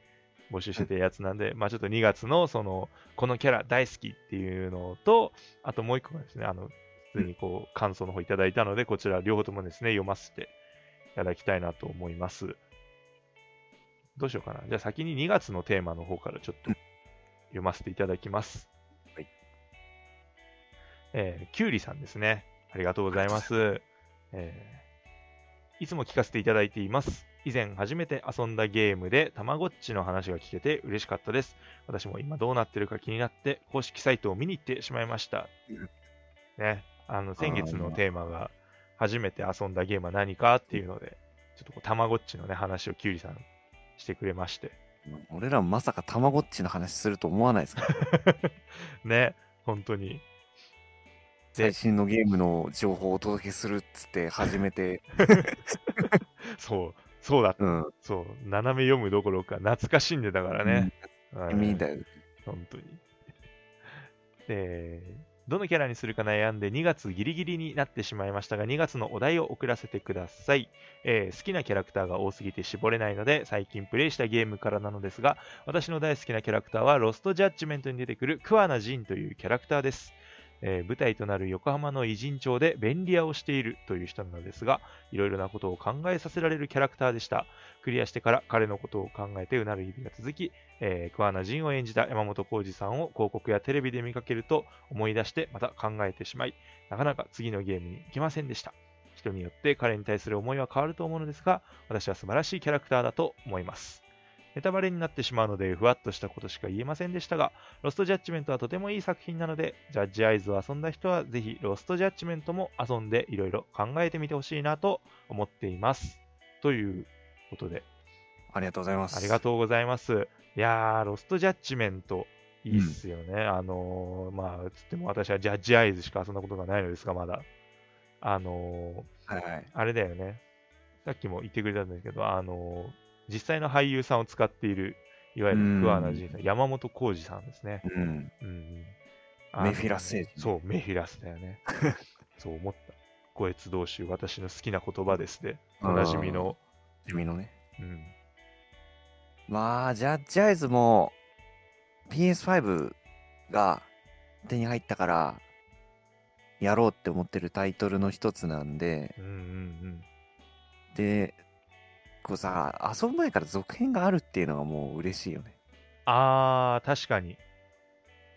B: 募集してたやつなんで、まあちょっと2月の、その、このキャラ大好きっていうのと、あともう一個がですね、あの、普通にこう、感想の方いただいたので、こちら両方ともですね、読ませていただきたいなと思います。どうしようかな。じゃあ先に2月のテーマの方からちょっと読ませていただきます。
C: はい。
B: えー、キュウリさんですね。ありがとうございます。えーいつも聞かせていただいています。以前初めて遊んだゲームでたまごっちの話が聞けて嬉しかったです。私も今どうなってるか気になって公式サイトを見に行ってしまいました。ね、あの先月のテーマが初めて遊んだゲームは何かっていうので、ちょっとこうたまごっちのね話をきゅうりさんしてくれまして。 (laughs)
C: 俺らもまさかたまごっちの話すると思わ
B: (laughs)
C: ないですから。
B: ね、本当に。で
C: 最新のゲームの情報をお届けするっつって始め
B: (laughs)
C: て、
B: そう、そうだった。
C: うん。
B: そう、斜め読むどころか懐かしんでたからね。うん
C: みんだよ。
B: 本当に。 (laughs) で、どのキャラにするか悩んで2月ギリギリになってしまいましたが、2月のお題を送らせてください。えー好きなキャラクターが多すぎて絞れないので、最近プレイしたゲームからなのですが、私の大好きなキャラクターは、ロストジャッジメントに出てくる桑名仁というキャラクターです。えー舞台となる横浜の偉人町で便利屋をしているという人なのですが、いろいろなことを考えさせられるキャラクターでした。クリアしてから彼のことを考えてうなる日々が続き、えー、桑名仁を演じた山本浩二さんを広告やテレビで見かけると思い出してまた考えてしまい、なかなか次のゲームに行けませんでした。人によって彼に対する思いは変わると思うのですが、私は素晴らしいキャラクターだと思います。ネタバレになってしまうので、ふわっとしたことしか言えませんでしたが、ロストジャッジメントはとてもいい作品なので、ジャッジアイズを遊んだ人は、ぜひロストジャッジメントも遊んでいろいろ考えてみてほしいなと思っています。ということで、
C: ありがとうございます。
B: ありがとうございます。いやー、ロストジャッジメント、いいっすよね。あのーまあ、つっても私はジャッジアイズしか遊んだことがないのですが、まだ。あの
C: はいはい。
B: ーあれだよね。さっきも言ってくれたんですけど、あのー実際の俳優さんを使っている、いわゆる桑名人さん、山本浩二さんですね。
C: うん。
B: うんうんあの
C: メフィラス星人
B: そう、メフィラスだよね。そう思った。こいつ同士、私の好きな言葉ですで、おなじみの。
C: 君のね。
B: うん、
C: まあ、ジャッジアイズも PS5 が手に入ったから、やろうって思ってるタイトルの一つなんで、
B: うん、うん、うん。
C: で、こうさ、遊ぶ前から続編があるっていうのがもう嬉しいよね。
B: あー、確かに。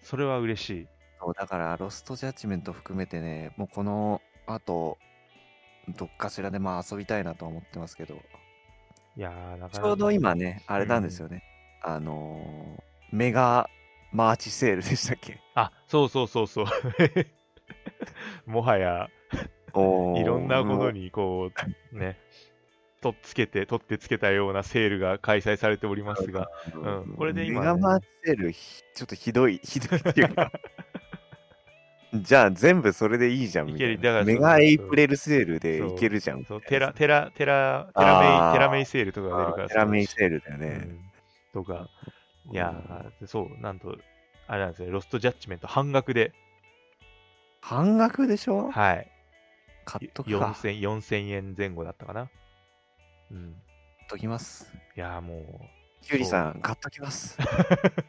B: それは嬉しい。
C: そうだから、ロストジャッジメント含めてね、もうこの後、どっかしらでまあ遊びたいなとは思ってますけど、
B: いやー、なかなか。
C: ちょうど。今ね、あれなんですよね。あのーメガマーチセールでしたっけ
B: あ、そうそうそう (laughs) そう。もはや、 (laughs) いろんなことに、こう、ね、とっつけて、取ってつけたようなセールが開催されておりますが、うんこれで今ね
C: メガマーチセールひちょっとひどいひどいっていう
B: (laughs)
C: かじゃあ全部それでいいじゃんみた
B: い
C: い
B: けるだか
C: な
B: ら
C: メガエイプレルセールでいけるじゃん
B: そう、テ
C: みたい
B: ラ、
C: な
B: テラ、テラ、テラメ
C: あ
B: イ、
C: ー
B: テラメイセールとかが出るから
C: あーテラメイセールだよ
B: う
C: ね、
B: んとか、いやー、そう、なんと、あれなんですね、ロストジャッジメント半額で、
C: 半額でしょ
B: はい。
C: 買っとくか買っ
B: 4000 4000円前後だったかな。うん。
C: ときます
B: いやーもう、
C: キュウリさん買っときます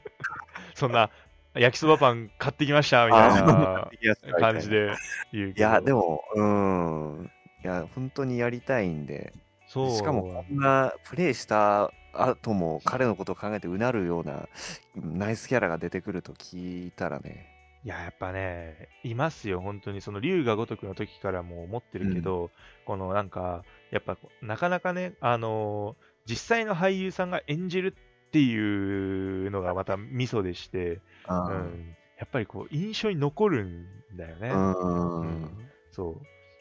C: (laughs)
B: そんな、焼きそばパン買ってきましたみたいな
C: (laughs)
B: 感じ
C: い
B: で言うけど。
C: やで、もうーんいや本当にやりたいんで
B: そう。
C: しかもこんなプレイした後も彼のことを考えてうなるようなナイスキャラが出てくると聞いたらね
B: いや、やっぱね、いますよ、本当に。その、竜が如くの時からも思ってるけど、このなんか、やっぱ、なかなかね、あのー実際の俳優さんが演じるっていうのがまたミソでして、う
C: あ
B: ん、やっぱりこう、印象に残るんだよね。
C: ーう
B: うん
C: ん
B: そ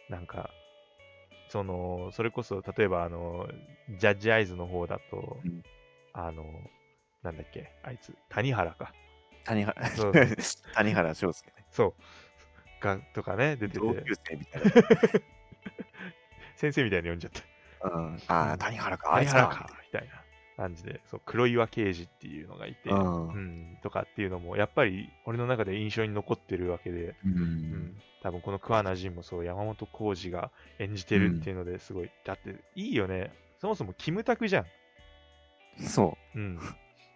B: う。なんか、その、それこそ、例えば、あの、ジャッジアイズの方だと、
C: うん
B: あの、なんだっけ、あいつ、谷原か。
C: 谷原
B: そう
C: (laughs) 谷原章介ね
B: そう。が、とかね、出て
C: 同
B: て、
C: 級生みたいな、
B: 先生みたいに呼んじゃった。
C: うん、ああ谷原かあ
B: 谷
C: いつ
B: 原
C: か
B: か、みたいな感じで、そう、黒岩刑事っていうのがいて、
C: う
B: うんん、とかっていうのも、やっぱり、俺の中で印象に残ってるわけで、
C: う
B: うんん、多分この桑名仁もそう、山本浩二が演じてるっていうのですごい、だって、いいよね。そもそもキムタクじゃん。
C: そう
B: うん。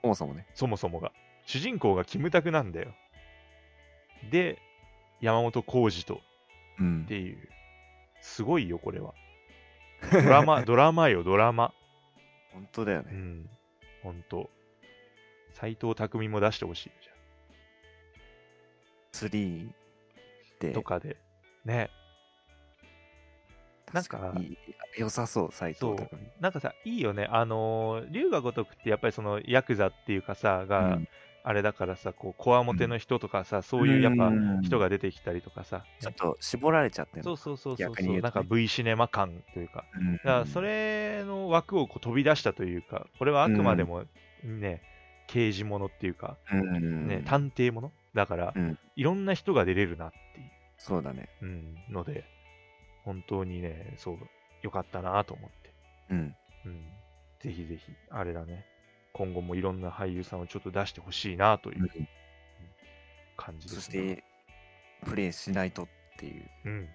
C: そもそもね
B: そもそもが。主人公がキムタクなんだよ。で、山本浩二と
C: うん
B: っていう。すごいよ、これは。ドラ
C: (laughs)
B: マ、ドラマよ、ドラマ。
C: 本当だよ
B: う
C: ね
B: ん。ほんと。斎藤匠も出してほしいじ
C: 3
B: ゃん。
C: で
B: とかで。ね。
C: なん
B: さ
C: かいい良さそう、斎藤匠。
B: なんかさ、いいよね。あのー、龍が如くってやっぱりそのヤクザっていうかさ、が、
C: うん
B: あれだからさ、こう、こわもての人とかさ、そういうやっぱ
C: うん
B: 人が出てきたりとかさ、
C: ちょっと絞られちゃってる
B: そうそうそうそう
C: 逆
B: そう、
C: に言うと
B: なん
C: ね
B: か V シネマ感というか、
C: うん
B: だからそれの枠をこう飛び出したというか、これはあくまでもね、刑事ものっていうか、
C: うん
B: ね、探偵ものだから、
C: うん
B: いろんな人が出れるなっていう
C: そうだね。
B: うん、ので、本当にね、そう、良かったなと思って。
C: うん。
B: うん、ぜひぜひ、あれだね、今後もいろんな俳優さんをちょっと出してほしいなという感じで
C: そし
B: すね。
C: て、プレイしないとっていう
B: うん、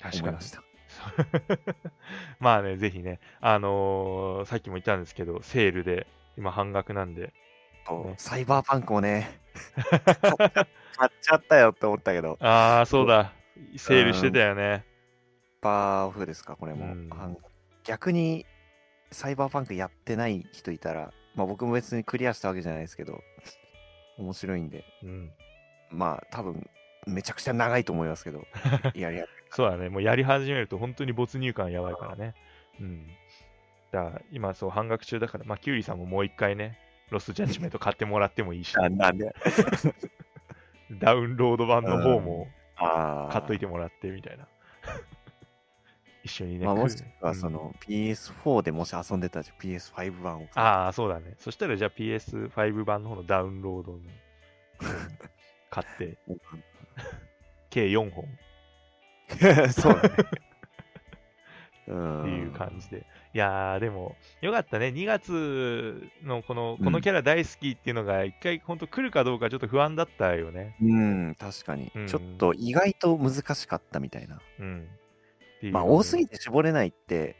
B: 確
C: 思
B: か
C: い
B: に
C: ま。した。
B: (laughs) まあね、ぜひね、あのーさっきも言ったんですけど、セールで、今半額なんで、
C: そう
B: ね
C: サイバーパンクも
B: (laughs)
C: ね、買っちゃったよって思ったけど、
B: ああ、そうだ、セールしてたよね。
C: パーオフですか、これも。
B: うん
C: あの逆に、サイバーパンクやってない人いたら、まあ僕も別にクリアしたわけじゃないですけど、面白いんで、
B: うん、
C: まあ多分、めちゃくちゃ長いと思います
B: (laughs)
C: けど、やりや
B: そうだね、もうやり始めると本当に没入感やばいからね。うん。だから今、そう、半額中だから、まあ、キュウリさんももう一回ね、ロストジャッジメント買ってもらってもいいし、
C: なんで。
B: ダウンロード版の方も
C: あー
B: 買っといてもらってみたいな。 (laughs) 一緒にね。
C: まあ、
B: 来る
C: もしくは
B: うん
C: その PS4 でもし遊んでたら PS5 版を買う
B: ああ、そうだね。そしたらじゃあ PS5 版の方のダウンロードの買
C: (laughs)
B: って、計4本
C: (laughs) そう
B: (laughs)
C: だね。うん
B: っていう感じで。いやー、でも、よかったね。2月のこの、
C: うん
B: このキャラ大好きっていうのが、一回本当来るかどうかちょっと不安だったよね。
C: うん、確かに、
B: うん
C: ちょっと意外と難しかったみたいな。
B: うん。っていう
C: まあ、多すぎて絞れないって、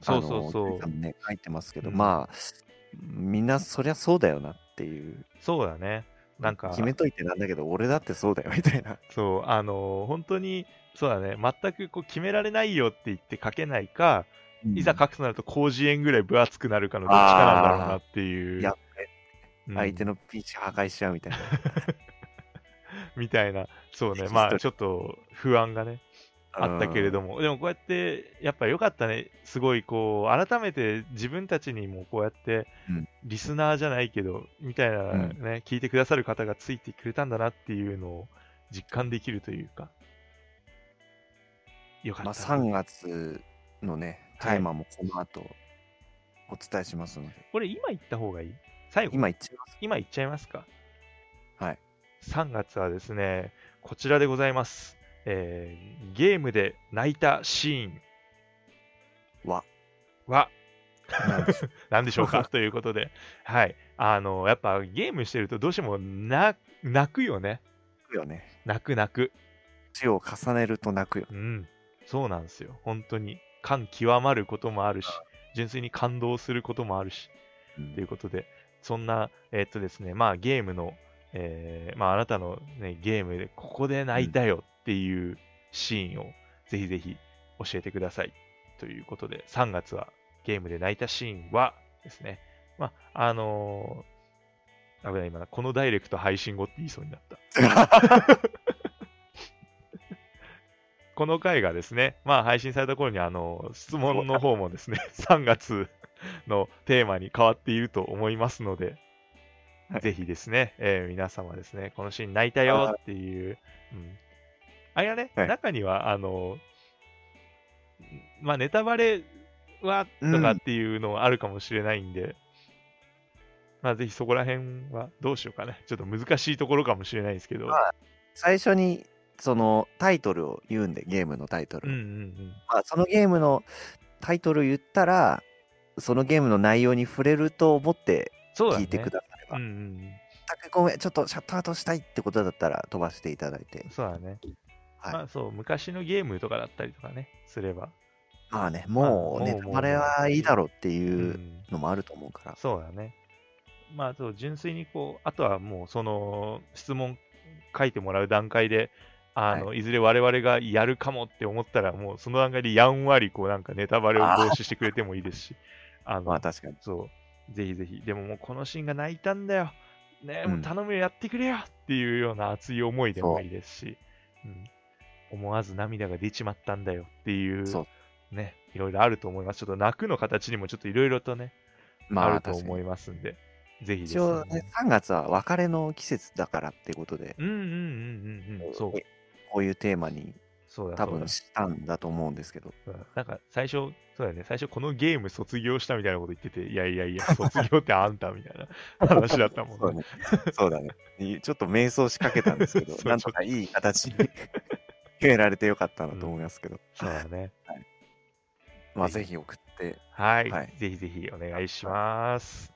B: そうそうそ
C: あ
B: う
C: の。ね、書いてますけど、
B: うん
C: まあ、みんなそりゃそうだよなっていう。
B: そうだね。なんか、
C: 決めといてなんだけど、俺だってそうだよみたいな。
B: そう、あのー本当に、そうだね、全くこう決められないよって言って書けないか、いざ書くとなると広辞苑ぐらい分厚くなるかのどっちかなんだろうなっていう。
C: やっ
B: うん
C: 相手のピーチ破壊しちゃうみたいな。
B: みたいな、そうね、
C: テキスト
B: まあちょっと不安がね、 (laughs) あったけれど
C: も。
B: も、でもこうやって、やっぱ良かったね、すごいこう、改めて自分たちにもこうやって
C: うん、
B: リスナーじゃないけど、みたいなね、
C: う
B: 聞いてくださる方がついてくれたんだなっていうのを実感できるというか、よか
C: まあ、
B: ったね、
C: 3月のね、
B: はい
C: タイマーもこの後、お伝えしますので、
B: これ今言った方がいい最後、
C: 今言っちゃいます。
B: 今言っちゃいますか。
C: はい。
B: 3月はですね、こちらでございます。えーゲームで泣いたシーン
C: わ、
B: は
C: なん
B: (laughs)
C: でしょう
B: 何でしょうかということで、はい。あの、やっぱゲームしてるとどうしてもな泣くよね。
C: 泣くよね。
B: 泣く泣く。
C: 死を重ねると泣くよ。
B: うん。そうなんですよ。本当に。感極まることもあるし、純粋に感動することもあるし、ということで、そんな、えっとですね、まあゲームの、えーまああなたの、ね、ゲームでここで泣いたよっていうシーンをぜひぜひ教えてください。ということで、3月はゲームで泣いたシーンはですね、まあ、あのー、危ない今、このダイレクト配信後って言いそうになった。
C: (laughs)
B: この回がですね、まあ配信された頃にあの、質問の方もですね、3月のテーマに変わっていると思いますので、
C: はい
B: ぜひですね、えー皆様ですね、このシーン泣いたよっていう、うん。あれがね、
C: はい
B: 中には、あの、まあネタバレはとかっていうのはあるかもしれないんで、まあぜひそこら辺はどうしようかね。ちょっと難しいところかもしれないですけど。
C: ま最初に、そのタイトルを言うんで、ゲームのタイト
B: うん
C: ル。
B: うんうん。
C: まあ、そのゲームのタイトル言ったら、そのゲームの内容に触れると思って
B: そうだね。
C: 聞いてくだされば。
B: うんうん
C: 全くごめん、ちょっとシャットアウトしたいってことだったら飛ばしていただいて
B: うん。。そうだね。
C: はい
B: まあそう、昔のゲームとかだったりとかね、すれば。
C: まあね、もう
B: まあもう
C: ネタバレはいいだろうって
B: う、
C: いうんのもあると思うから。
B: そうだね。まあそう、純粋にこう、あとはもうその質問書いてもらう段階で、あの、い、ずれ我々がやるかもって思ったら、もうその段階でやんわりこうなんかネタバレを防止してくれてもいいですし、あの
C: まあ確かに。
B: そう、ぜひぜひ、でももうこのシーンが泣いたんだよ、ねえ、もううん頼むよ、やってくれよっていうような熱い思いでもいいですし、うん思わず涙が出ちまったんだよっていう、
C: そう
B: ね、いろいろあると思います。ちょっと泣くの形にもちょっといろいろとね、
C: まあ
B: あると思いますんで、ぜひです
C: 一応、ね
B: ね。、
C: 3月は別れの季節だからってことで、
B: うんうんうんうんうん、そう、
C: こういうテーマに
B: そうだ
C: 多
B: そうだ
C: 分したんだと思うんですけど、
B: うんなんか最初、そうだね、最初このゲーム卒業したみたいなこと言ってて、いやいやいや、卒業ってあんたみたいな話だったもん
C: (laughs) そうだね。そうだね。ちょっと迷走しかけたんですけど
B: (laughs) そう、
C: なんとかいい形に (laughs) 決められてよかったなと思いますけど、
B: そうだね。
C: まあぜひ送って、 (laughs)
B: はい、
C: はい
B: ぜひぜひお願いします。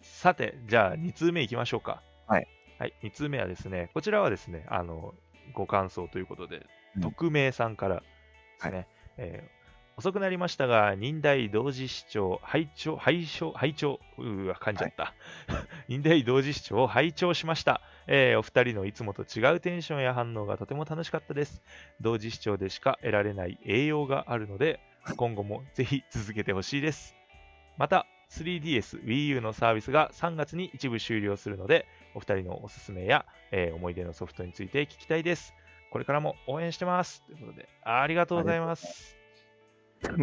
B: さて、じゃあ2通目いきましょうか。
C: はい。
B: はい、2通目はですね、こちらはですね、あの、ご感想ということで、
C: うん
B: 匿名さんからですね、えー遅くなりましたが、忍耐同時視聴、拝聴、拝聴、拝聴、うーわ、噛んじゃった。 (laughs) 忍耐同時視聴を拝聴しました、えーお二人のいつもと違うテンションや反応がとても楽しかったです。同時視聴でしか得られない栄養があるので、今後もぜひ続けてほしいです。また、3DS、Wii U のサービスが3月に一部終了するので、お二人のおすすめや、えー思い出のソフトについて聞きたいです。これからも応援してます。ということで、ありがとうございます。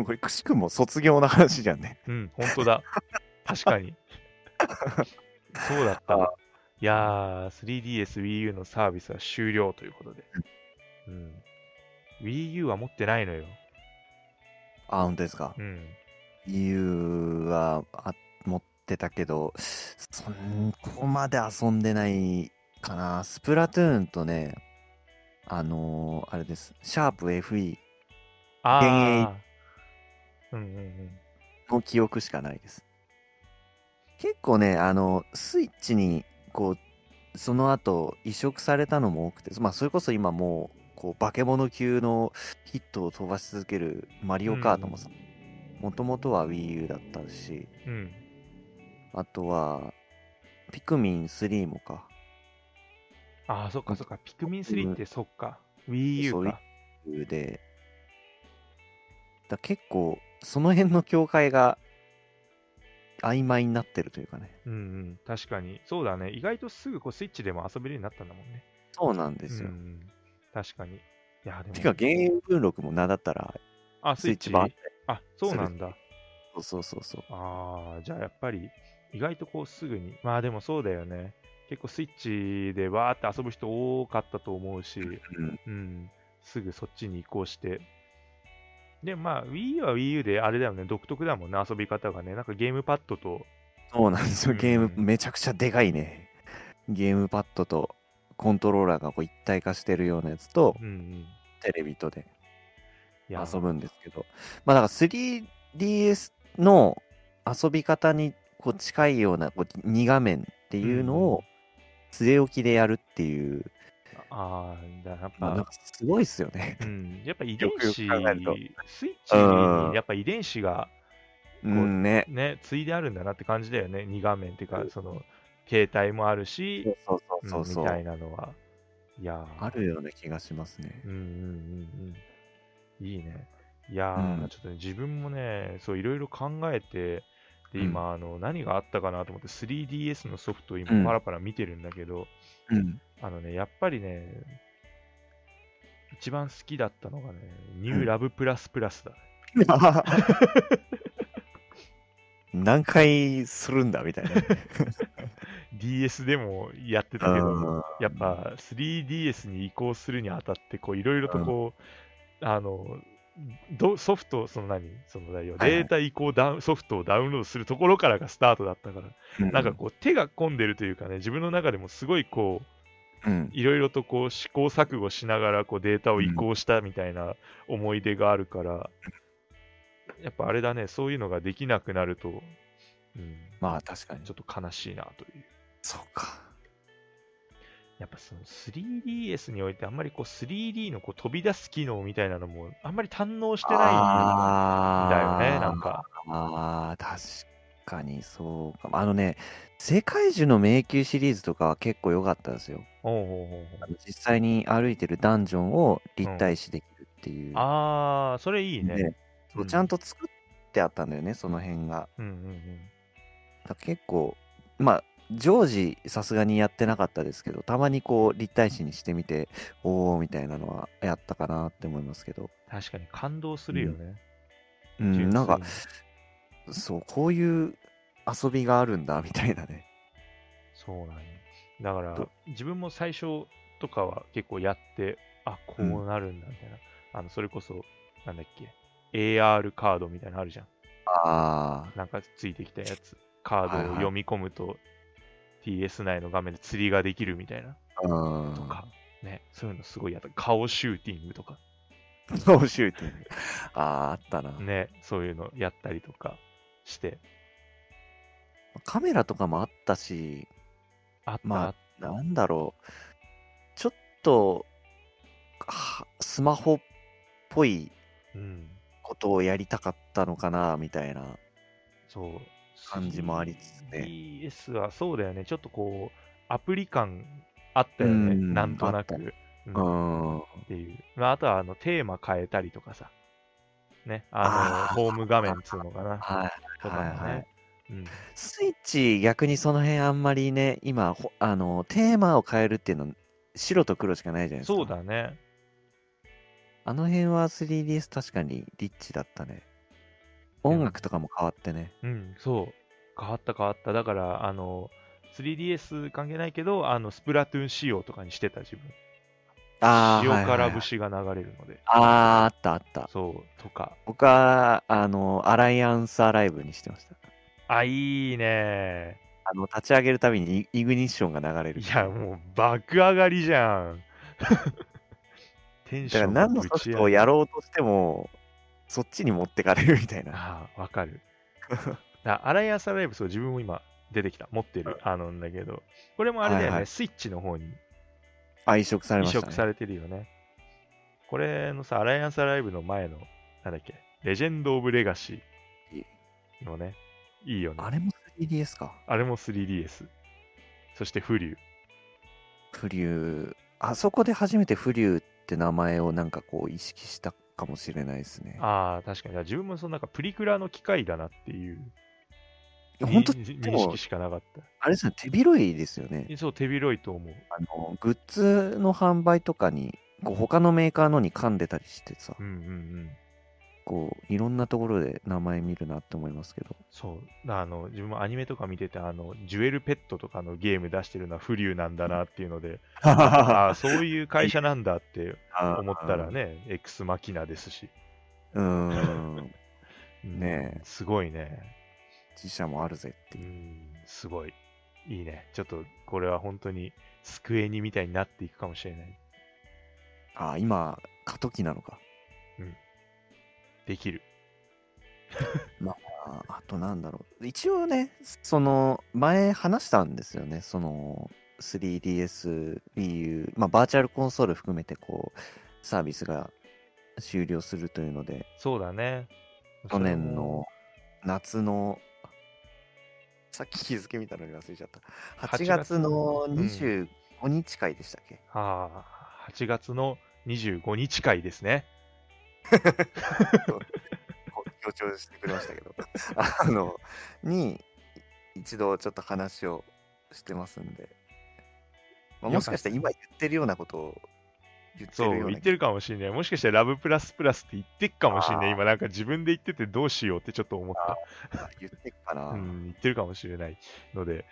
C: これくしくも卒業の話じゃんね。
B: うん、本
C: (laughs)
B: 当だ。確かに。そうだったわ。いやー、3DS、Wii U のサービスは終了ということで。うん。Wii U は持ってないのよ。
C: あ、本当ですか。
B: うん。
C: EU はあ持ってたけど、そんこまで遊んでないかな。スプラトゥーンとね、あのーあれです。シャープ FE
B: あー。うんうんうん。
C: の記憶しかないです。結構ね、あの、スイッチに、こう、その後移植されたのも多くて、まあ、それこそ今もう、こう、化け物級のヒットを飛ばし続けるマリオカートもさ、もともとは Wii U だったし、
B: うん。
C: あとは、ピクミン3もか。
B: ああ、そっかそっか。ピクミン3ってそっか。Wii U
C: そう
B: か。
C: で、だ結構、その辺の境界が曖昧になってるというかね。
B: うんうん。確かに。そうだね。意外とすぐこうスイッチでも遊べるようになったんだもんね。
C: そうなんですよ。
B: うんうん。確かに。いやー、
C: て
B: で
C: か、
B: も、
C: 原因分録もなだったら、
B: あ、ス
C: ス
B: イ
C: イ
B: ッ
C: ッ
B: チ
C: チ版
B: あ、そうなんだ。
C: そうそうそうそう。
B: ああ、じゃあやっぱり意外とこうすぐに、まあでもそうだよね。結構スイッチでわーって遊ぶ人多かったと思うし、
C: うん、
B: うん、すぐそっちに移行して。で、まあ Wii U は Wii U であれだよね、独特だもんね、遊び方がね。なんかゲームパッドと、
C: そうなんですよ。ゲーム、
B: うん
C: めちゃくちゃでかいね。ゲームパッドとコントローラーがこう一体化してるようなやつと、
B: うんうん。
C: テレビとで
B: いや
C: 遊ぶんですけど、まあだから 3DS の遊び方にこう近いようなこう2画面っていうの
B: うん
C: を据え置きでやるっていう、
B: あーだやっ
C: まあ、なん
B: ぱ、
C: かすごいっすよ
B: (laughs)
C: ね。
B: うん、やっぱ遺伝
C: よくよく
B: 子、スイ
C: 考えると
B: ッチにやっぱ遺伝子が、
C: う
B: うん
C: んね。
B: ね、継いであるんだなって感じだよね、2画面っていうか、その、携帯もあるし、
C: そうそうそう
B: うん
C: そ。
B: みたいうなのは。いやー
C: あ。るような気がしますね
B: うん。うんうんうん。いいね。いやー、
C: うん
B: ちょっとね、自分もね、そういろいろ考えて、で今、あの何があったかなと思って 3DS のソフトを
C: う
B: 今
C: ん
B: パラパラ見てるんだけど、
C: うん。
B: あのね、やっぱりね、一番好きだったのがね、ニューラブプラスプラスだ。
C: 何回するんだみ
B: (laughs)
C: たいな。
B: DS でもやってたけど、やっぱ 3DS に移行するにあたってこういろいろとこう、あのどソフトその何その内容
C: はいはい
B: データ移行ダウンソフトをダウンロードするところからがスタートだったから、
C: うん
B: なんかこう手が込んでるというかね自分の中でもすごいこう
C: うん、
B: いろいろとこう試行錯誤しながらこうデータを移行したみたいな思い出があるから、やっぱあれだねそういうのができなくなると、うん、
C: まあ確かに
B: ちょっと悲しいなという。
C: そうか
B: やっぱその 3DS においてあんまりこう 3D のこう飛び出す機能みたいなのもあんまり堪能してな
C: あ
B: いん
C: ー
B: だよね、なんか。
C: あー確かにそうかあのね世界中の迷宮シリーズとかは結構良かったですよ
B: おうおうおうおう
C: あの実際に歩いてるダンジョンを立体視できるっていう、
B: あー、それいいね。
C: ねそう
B: うん
C: ちゃんと作ってあったんだよねその辺が
B: うんうん
C: だから結構まあ常時さすがにやってなかったですけどたまにこう立体視にしてみておおみたいなのはやったかなって思いますけど
B: うん。確かに感動するよね。
C: うん、なんか
B: 純、粋
C: そう、こういう遊びがあるんだ、みたいなね。
B: にそうなんやだから
C: ど
B: 自分も最初とかは結構やってあこうなるんだみたいな、あのそれこそなんだっけ AR カードみたいなのあるじゃん
C: あ
B: なんかついてきたやつカー
C: はい
B: ド
C: は
B: を
C: い
B: 読み込むと TS 内の画面で釣りができるみたいな
C: あ、うん
B: と。か、ねそういうのすごいやった顔シューティングとか
C: ノーシューティング。ああ、あったな。
B: ねそういうのやったりとかして
C: カメラとかもあったし、
B: あった、
C: まあ、なんだろう。ちょっと、はスマホっぽい
B: うん
C: ことをやりたかったのかな、みたいな。
B: そう
C: 感じもありつつね
B: 3DS はそうだよねちょっとこうアプリ感あったよ
C: う
B: ね
C: ん
B: なんとなく
C: あっ
B: う
C: う
B: んっ
C: ん。は
B: ていう、まあ、あとはあのテーマ変えたりとかさねあ
C: あー。
B: のホーム画面っつうのかない
C: はい
B: とかもね、
C: はい。
B: うん
C: スイッチ、逆にその辺あんまりね、今、ほあの、テーマを変えるっていうの、白と黒しかないじゃないですか。
B: そうだね。
C: あの辺は 3DS 確かにリッチだったね。音楽とかも変わってね。
B: うん、そう。変わった変わった。だから、あの、3DS 関係ないけど、あの、スプラトゥーン仕様とかにしてた自分。
C: ああ、
B: 塩辛
C: はいはいはい
B: 節が流れるので。
C: ああ、あったあった。
B: そう、とか。
C: 僕は、あの、アライアンスアライブにしてました。
B: あ、いいね
C: あの、立ち上げるたびにイイグニッションが流れる。
B: いや、もう、爆上がりじゃ
C: (laughs)
B: ん。テンシ
C: だか
B: ョ
C: ら
B: ン
C: 何のソフトを
B: る。
C: やろうとしても、そっちに持ってかれるみたいな。
B: ああ、わかる。だアライアンスアライブ、そう、自分も今、出てきた。持ってる。あの、んだけど。これもあれだよね、
C: はいはい
B: スイッチの方に
C: あ、移植され
B: 移
C: ました、ね。
B: 植されてるよね。これのさ、アライアンスアライブの前の、なんだっけ、レジェンド・オブ・レガシーのね、いいよね。
C: あれも 3DS か。
B: あれも 3DS。そして、フリュー。
C: フリュー。あそこで初めてフリューって名前をなんかこう意識したかもしれないですね。
B: ああ、確かに。だから自分もそのなんかプリクラの機械だなっていう
C: 本当
B: に
C: で
B: 認
C: も
B: 識しかなかった。
C: あれですね、手広いですよね。
B: そう、手広いと思う。
C: あの、グッズの販売とかに、こう他のメーカーのに噛んでたりしてさ
B: う、んうんうん。
C: こう、いろんなところで名前見るなって思いますけ
B: (laughs)
C: ど。
B: そう。あの、自分もアニメとか見てて、あの、ジュエルペットとかのゲーム出してるのはフリューなんだなっていうの
C: (laughs)
B: で、ああ、そういう会社なんだって思ったら。ね、エクスマキナですし。
C: うーん。
B: うん
C: ねえ
B: すごいね。
C: 自社もあるぜって
B: う
C: いう。
B: ん、すごい。いいね。ちょっと、これは本当に、救えにみたいになっていくかもしれない。
C: ああ、今、過渡期なのか。
B: できる。
C: ああとなんだろう。一応ね、その、前話したんですよね。その、3DS、Wii U、まあ、バーチャルコンソール含めて、こう、サービスが終了するというので、
B: そうだね。
C: 去年の夏の、さっき日付見たのに忘れちゃった。
B: 8
C: 8月の
B: ん
C: 25日会でしたっけ、
B: それも。はあ、8月の25日会ですね。
C: こう強調してくれましたけど。 (laughs) あの、に、一度ちょっと話をしてますんで。まあ、もしかしたら今言ってるようなことを言って
B: そう
C: るよ、う
B: 言
C: な
B: ってるかもしれない。もしかしたら、ラブプラスプラスって言ってっかもしれない。
C: あー
B: 今、なんか自分で言っててどうしようってちょっと思った。
C: 言ってるかな。う
B: う
C: ん
B: ん、言ってるかもしれないので、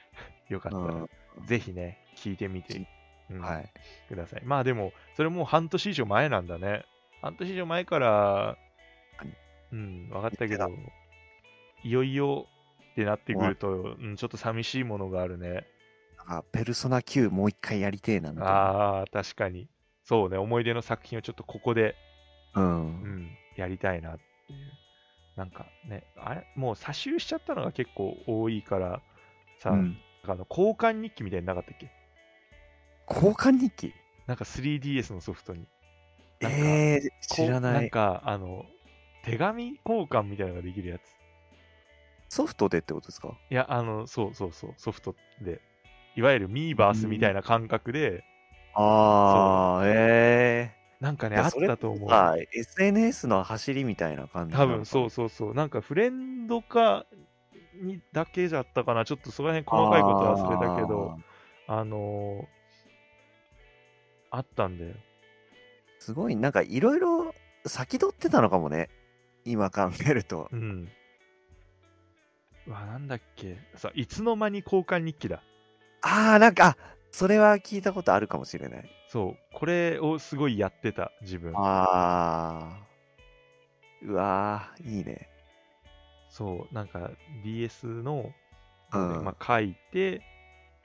B: よかったら、ぜひね、聞いてみて、うん
C: はい。
B: ください。まあでも、それもう半年以上前なんだね。半年以上前から、うん、分かったけど、いよいよってなってくると、うん、ちょっと寂しいものがあるね。
C: なんか、ペルソナ9もう一回やりてえな、みたいな。
B: ああ、確かに。そうね、思い出の作品をちょっとここで、
C: う。
B: うんん、やりたいなっていう。なんかね、あれ、もう差ししちゃったのが結構多いから、さ、
C: うん
B: あの交換日記みたいになかったっけ
C: 交換日記
B: なんか 3DS のソフトに。なんか
C: えー、
B: こう
C: 知ら
B: な
C: なんい。
B: か、あの、手紙交換みたいなのができるやつ。
C: ソフトでってことですか
B: いや、あの、そうそうそう、ソフトで。いわゆるミーバースみたいな感覚で、
C: ああ、え
B: なんか
C: え
B: ね、あったと思う。
C: はい SNS の走りみたいな感じな
B: 多
C: のかな。
B: 分そうそうそう。なんかフレンドかにだけじゃったかな。ちょっとその辺細かいことは忘れたけど、あのーあったんだよ。
C: すごい、なんかいろいろ先取ってたのかもね。今考えると、
B: うん。うわ、なんだっけ。さ、いつの間に交換日記だ。
C: ああ、なんか、あそれは聞いたことあるかもしれない。
B: そう。これをすごいやってた、自分。
C: ああ。うわー、いいね。
B: そう。なんか、DS の、
C: うん。
B: まあ、書いて、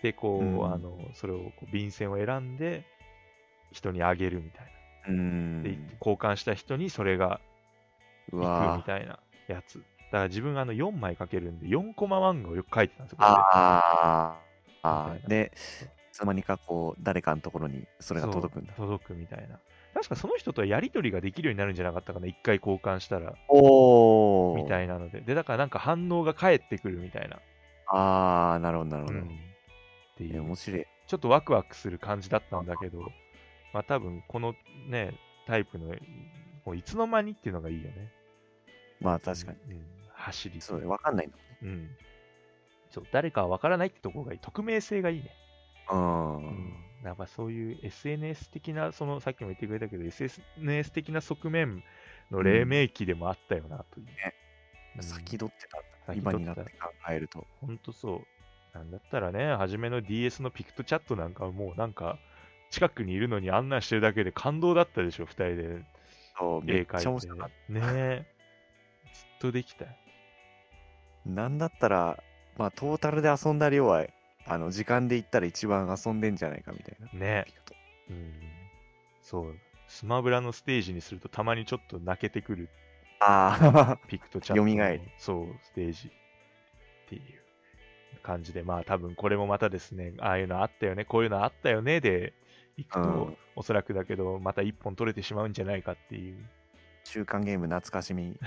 B: で、こう、
C: うん
B: あの、それを、こう便箋を選んで、人にあげるみたい
C: うん
B: な。で、交換した人にそれが
C: う
B: 行くみ
C: わー。
B: たいなやつ。だから自分があの4枚書けるんで、4コマ漫画をよく書いてたんですよ。これで
C: あーあ
B: みたい
C: ー。
B: な
C: で、いつの間にかこう、誰かのところにそれが届くんだ。
B: そう届くみたいな。確かその人とはやり取りができるようになるんじゃなかったかな、一回交換したら、
C: おお。
B: みた
C: い
B: いなので。で、だからなんか反応が返ってくるみたいな。
C: ああ、なるほど、なるほど。
B: うんっ
C: い
B: てい
C: や
B: う
C: 面白い。
B: ちょっとワクワクする感じだったんだけど、まあ多分このね、タイプの、もういつの間にっていうのがいいよね。
C: まあ、確かに。
B: に。うん、走り。
C: そうね、わかんないんだもんね。
B: うん。そう、誰かはわからないってとこがいい。匿名性がいいね。
C: うん。
B: なんかそういう SNS 的な、そのさっきも言ってくれたけど、SNS 的な側面の黎明期でもあったよなという。うん
C: 先取ってたんだ、
B: 先取ってた
C: 今になって考えると。
B: ほんとそう。なんだったらね、初めの DS のピクトチャットなんかはもうなんか、近くにいるのに案内してるだけで感動だったでしょ、二人で
C: そう、め
B: 絵
C: っちゃ
B: 描い
C: 面
B: て
C: 白かっ。
B: ねえ。ずっとできたよ。
C: た。なんだったら、まあ、トータルで遊んだ量は、あの、時間で言ったら一番遊んでんじゃないかみたいな。
B: ね
C: ピクト
B: うん。そう。スマブラのステージにするとたまにちょっと泣けてくる
C: ああ、 (laughs)
B: ピクトチャットの。
C: 蘇り
B: そう、ステージ。っていう感じで、まあ多分これもまたですね、ああいうのあったよね、こういうのあったよね、で、いくと、
C: うん
B: おそらくだけど、また一本取れてしまうんじゃないかっていう。
C: 週刊ゲーム懐かしみ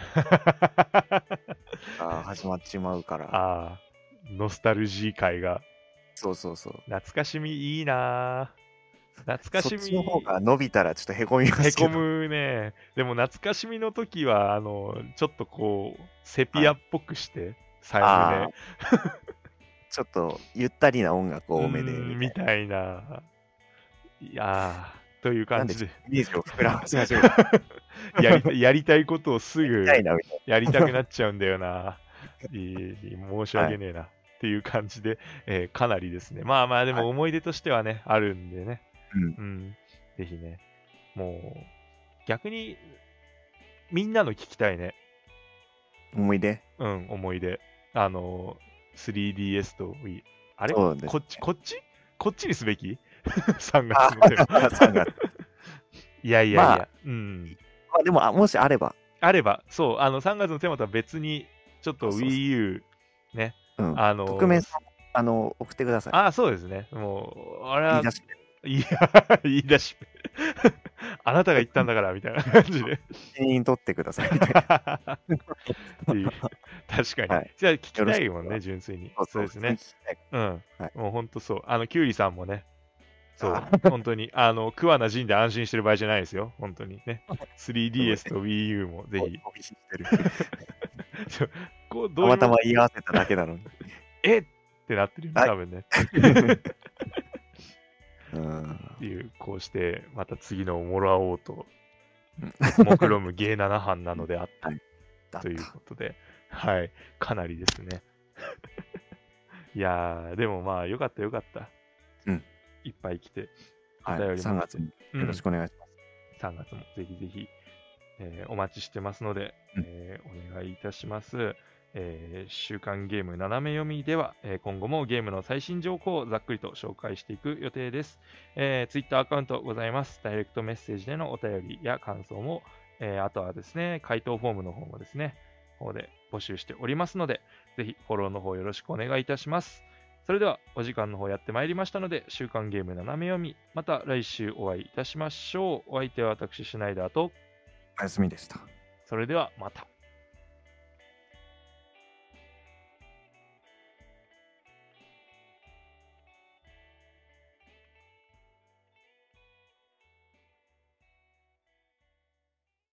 B: (laughs)
C: が始まっちまうから。
B: ああ、ノスタルジー界が。
C: そうそうそう。
B: 懐かしみいいなぁ懐かし
C: そっち
B: み
C: の方が伸びたらちょっとへこみま
B: へ
C: すけ
B: こ
C: ど。
B: むね。でも懐かしみの時は、あの、ちょっとこう、セピアっぽくして、最
C: あ
B: 後 (laughs)
C: あ
B: ね。
C: ちょっとゆったりな音楽多めで、
B: うん
C: み
B: み
C: たい
B: たいな。いやーという感じで、
C: なイメージを膨らませましょう。
B: やりたやりたいことをすぐ
C: みたいな、みたい
B: やりたくなっちゃうんだ
C: (laughs)
B: よな。いいいい申し訳ねえな。っていう感じで、えーかなりですね。まあまあ、で
C: は
B: も思い出としてはね、あるんでね。
C: うん
B: ぜひね、もう、逆に、みんなの聞きたいね。
C: な。思い出
B: うん、思い出。あの、3DS と Wii。あれ、
C: そうですね
B: こっち、こっちこっちにすべき (laughs) ?3 月のテーマ
C: ?3 月。
B: いやいやいや、
C: まあ
B: うん。
C: まあでも、あもしあれば、
B: あれば、そう、あの、3月のテーマとは別に、ちょっと
C: そうそうそう
B: Wii U、ね、
C: うん。
B: あの、
C: 匿名さん、あの、送ってください。
B: ああ、そうですね。もう、あれ
C: 言
B: は、
C: い出して
B: いや、 (laughs) 言い出し。 (laughs) あなたが言ったんだから、みたいな感じで。
C: 全員取ってください。
B: っていう確かに。
C: はい
B: じゃあ、聞きたい
C: よろしくお
B: もん
C: 願
B: ね、純粋に。 (laughs) そうですね。。うん。
C: はい
B: もう本当そう。あの、キュウリさんもね、そう
C: あ、
B: 本当に、あの、桑名人で安心してる場合じゃないですよ、本当にね。3DS と Wii U もぜ
C: ぜ
B: ひ
C: ひ。。お見せしてる
B: こう、ど
C: た
B: うい
C: ま
B: う
C: たま言い合わせただけな
B: (laughs)
C: のに。
B: えってなってるよね、
C: はい
B: 多分ね。
C: うん。
B: っていう、こうして、また次のをもらおうと
C: うん、 (laughs)
B: 目論む芸7班なのであっ
C: だった
B: ということで、はい、かなりですね。 (laughs) いやー、でもまあ、よかったよかった。
C: うん。
B: いっぱい来て、
C: はい
B: お便りも
C: 3月によろしくお願いします。
B: 3月もぜひぜひ、えーお待ちしてますので、
C: うん
B: えーお願いいたします。えー週刊ゲーム斜め読みでは、えー今後もゲームの最新情報をざっくりと紹介していく予定です。えー、Twitter アカウントございます。ダイレクトメッセージでのお便りや感想も、えーあとはですね、回答フォームの方もですね、方で募集しておりますので、ぜひフォローの方よろしくお願いいたします。それではお時間の方やってまいりましたので、週刊ゲーム斜め読み、また来週お会いいたしましょう。お相手は私、シュナイダーと、
C: おやすみでした。
B: それではまた。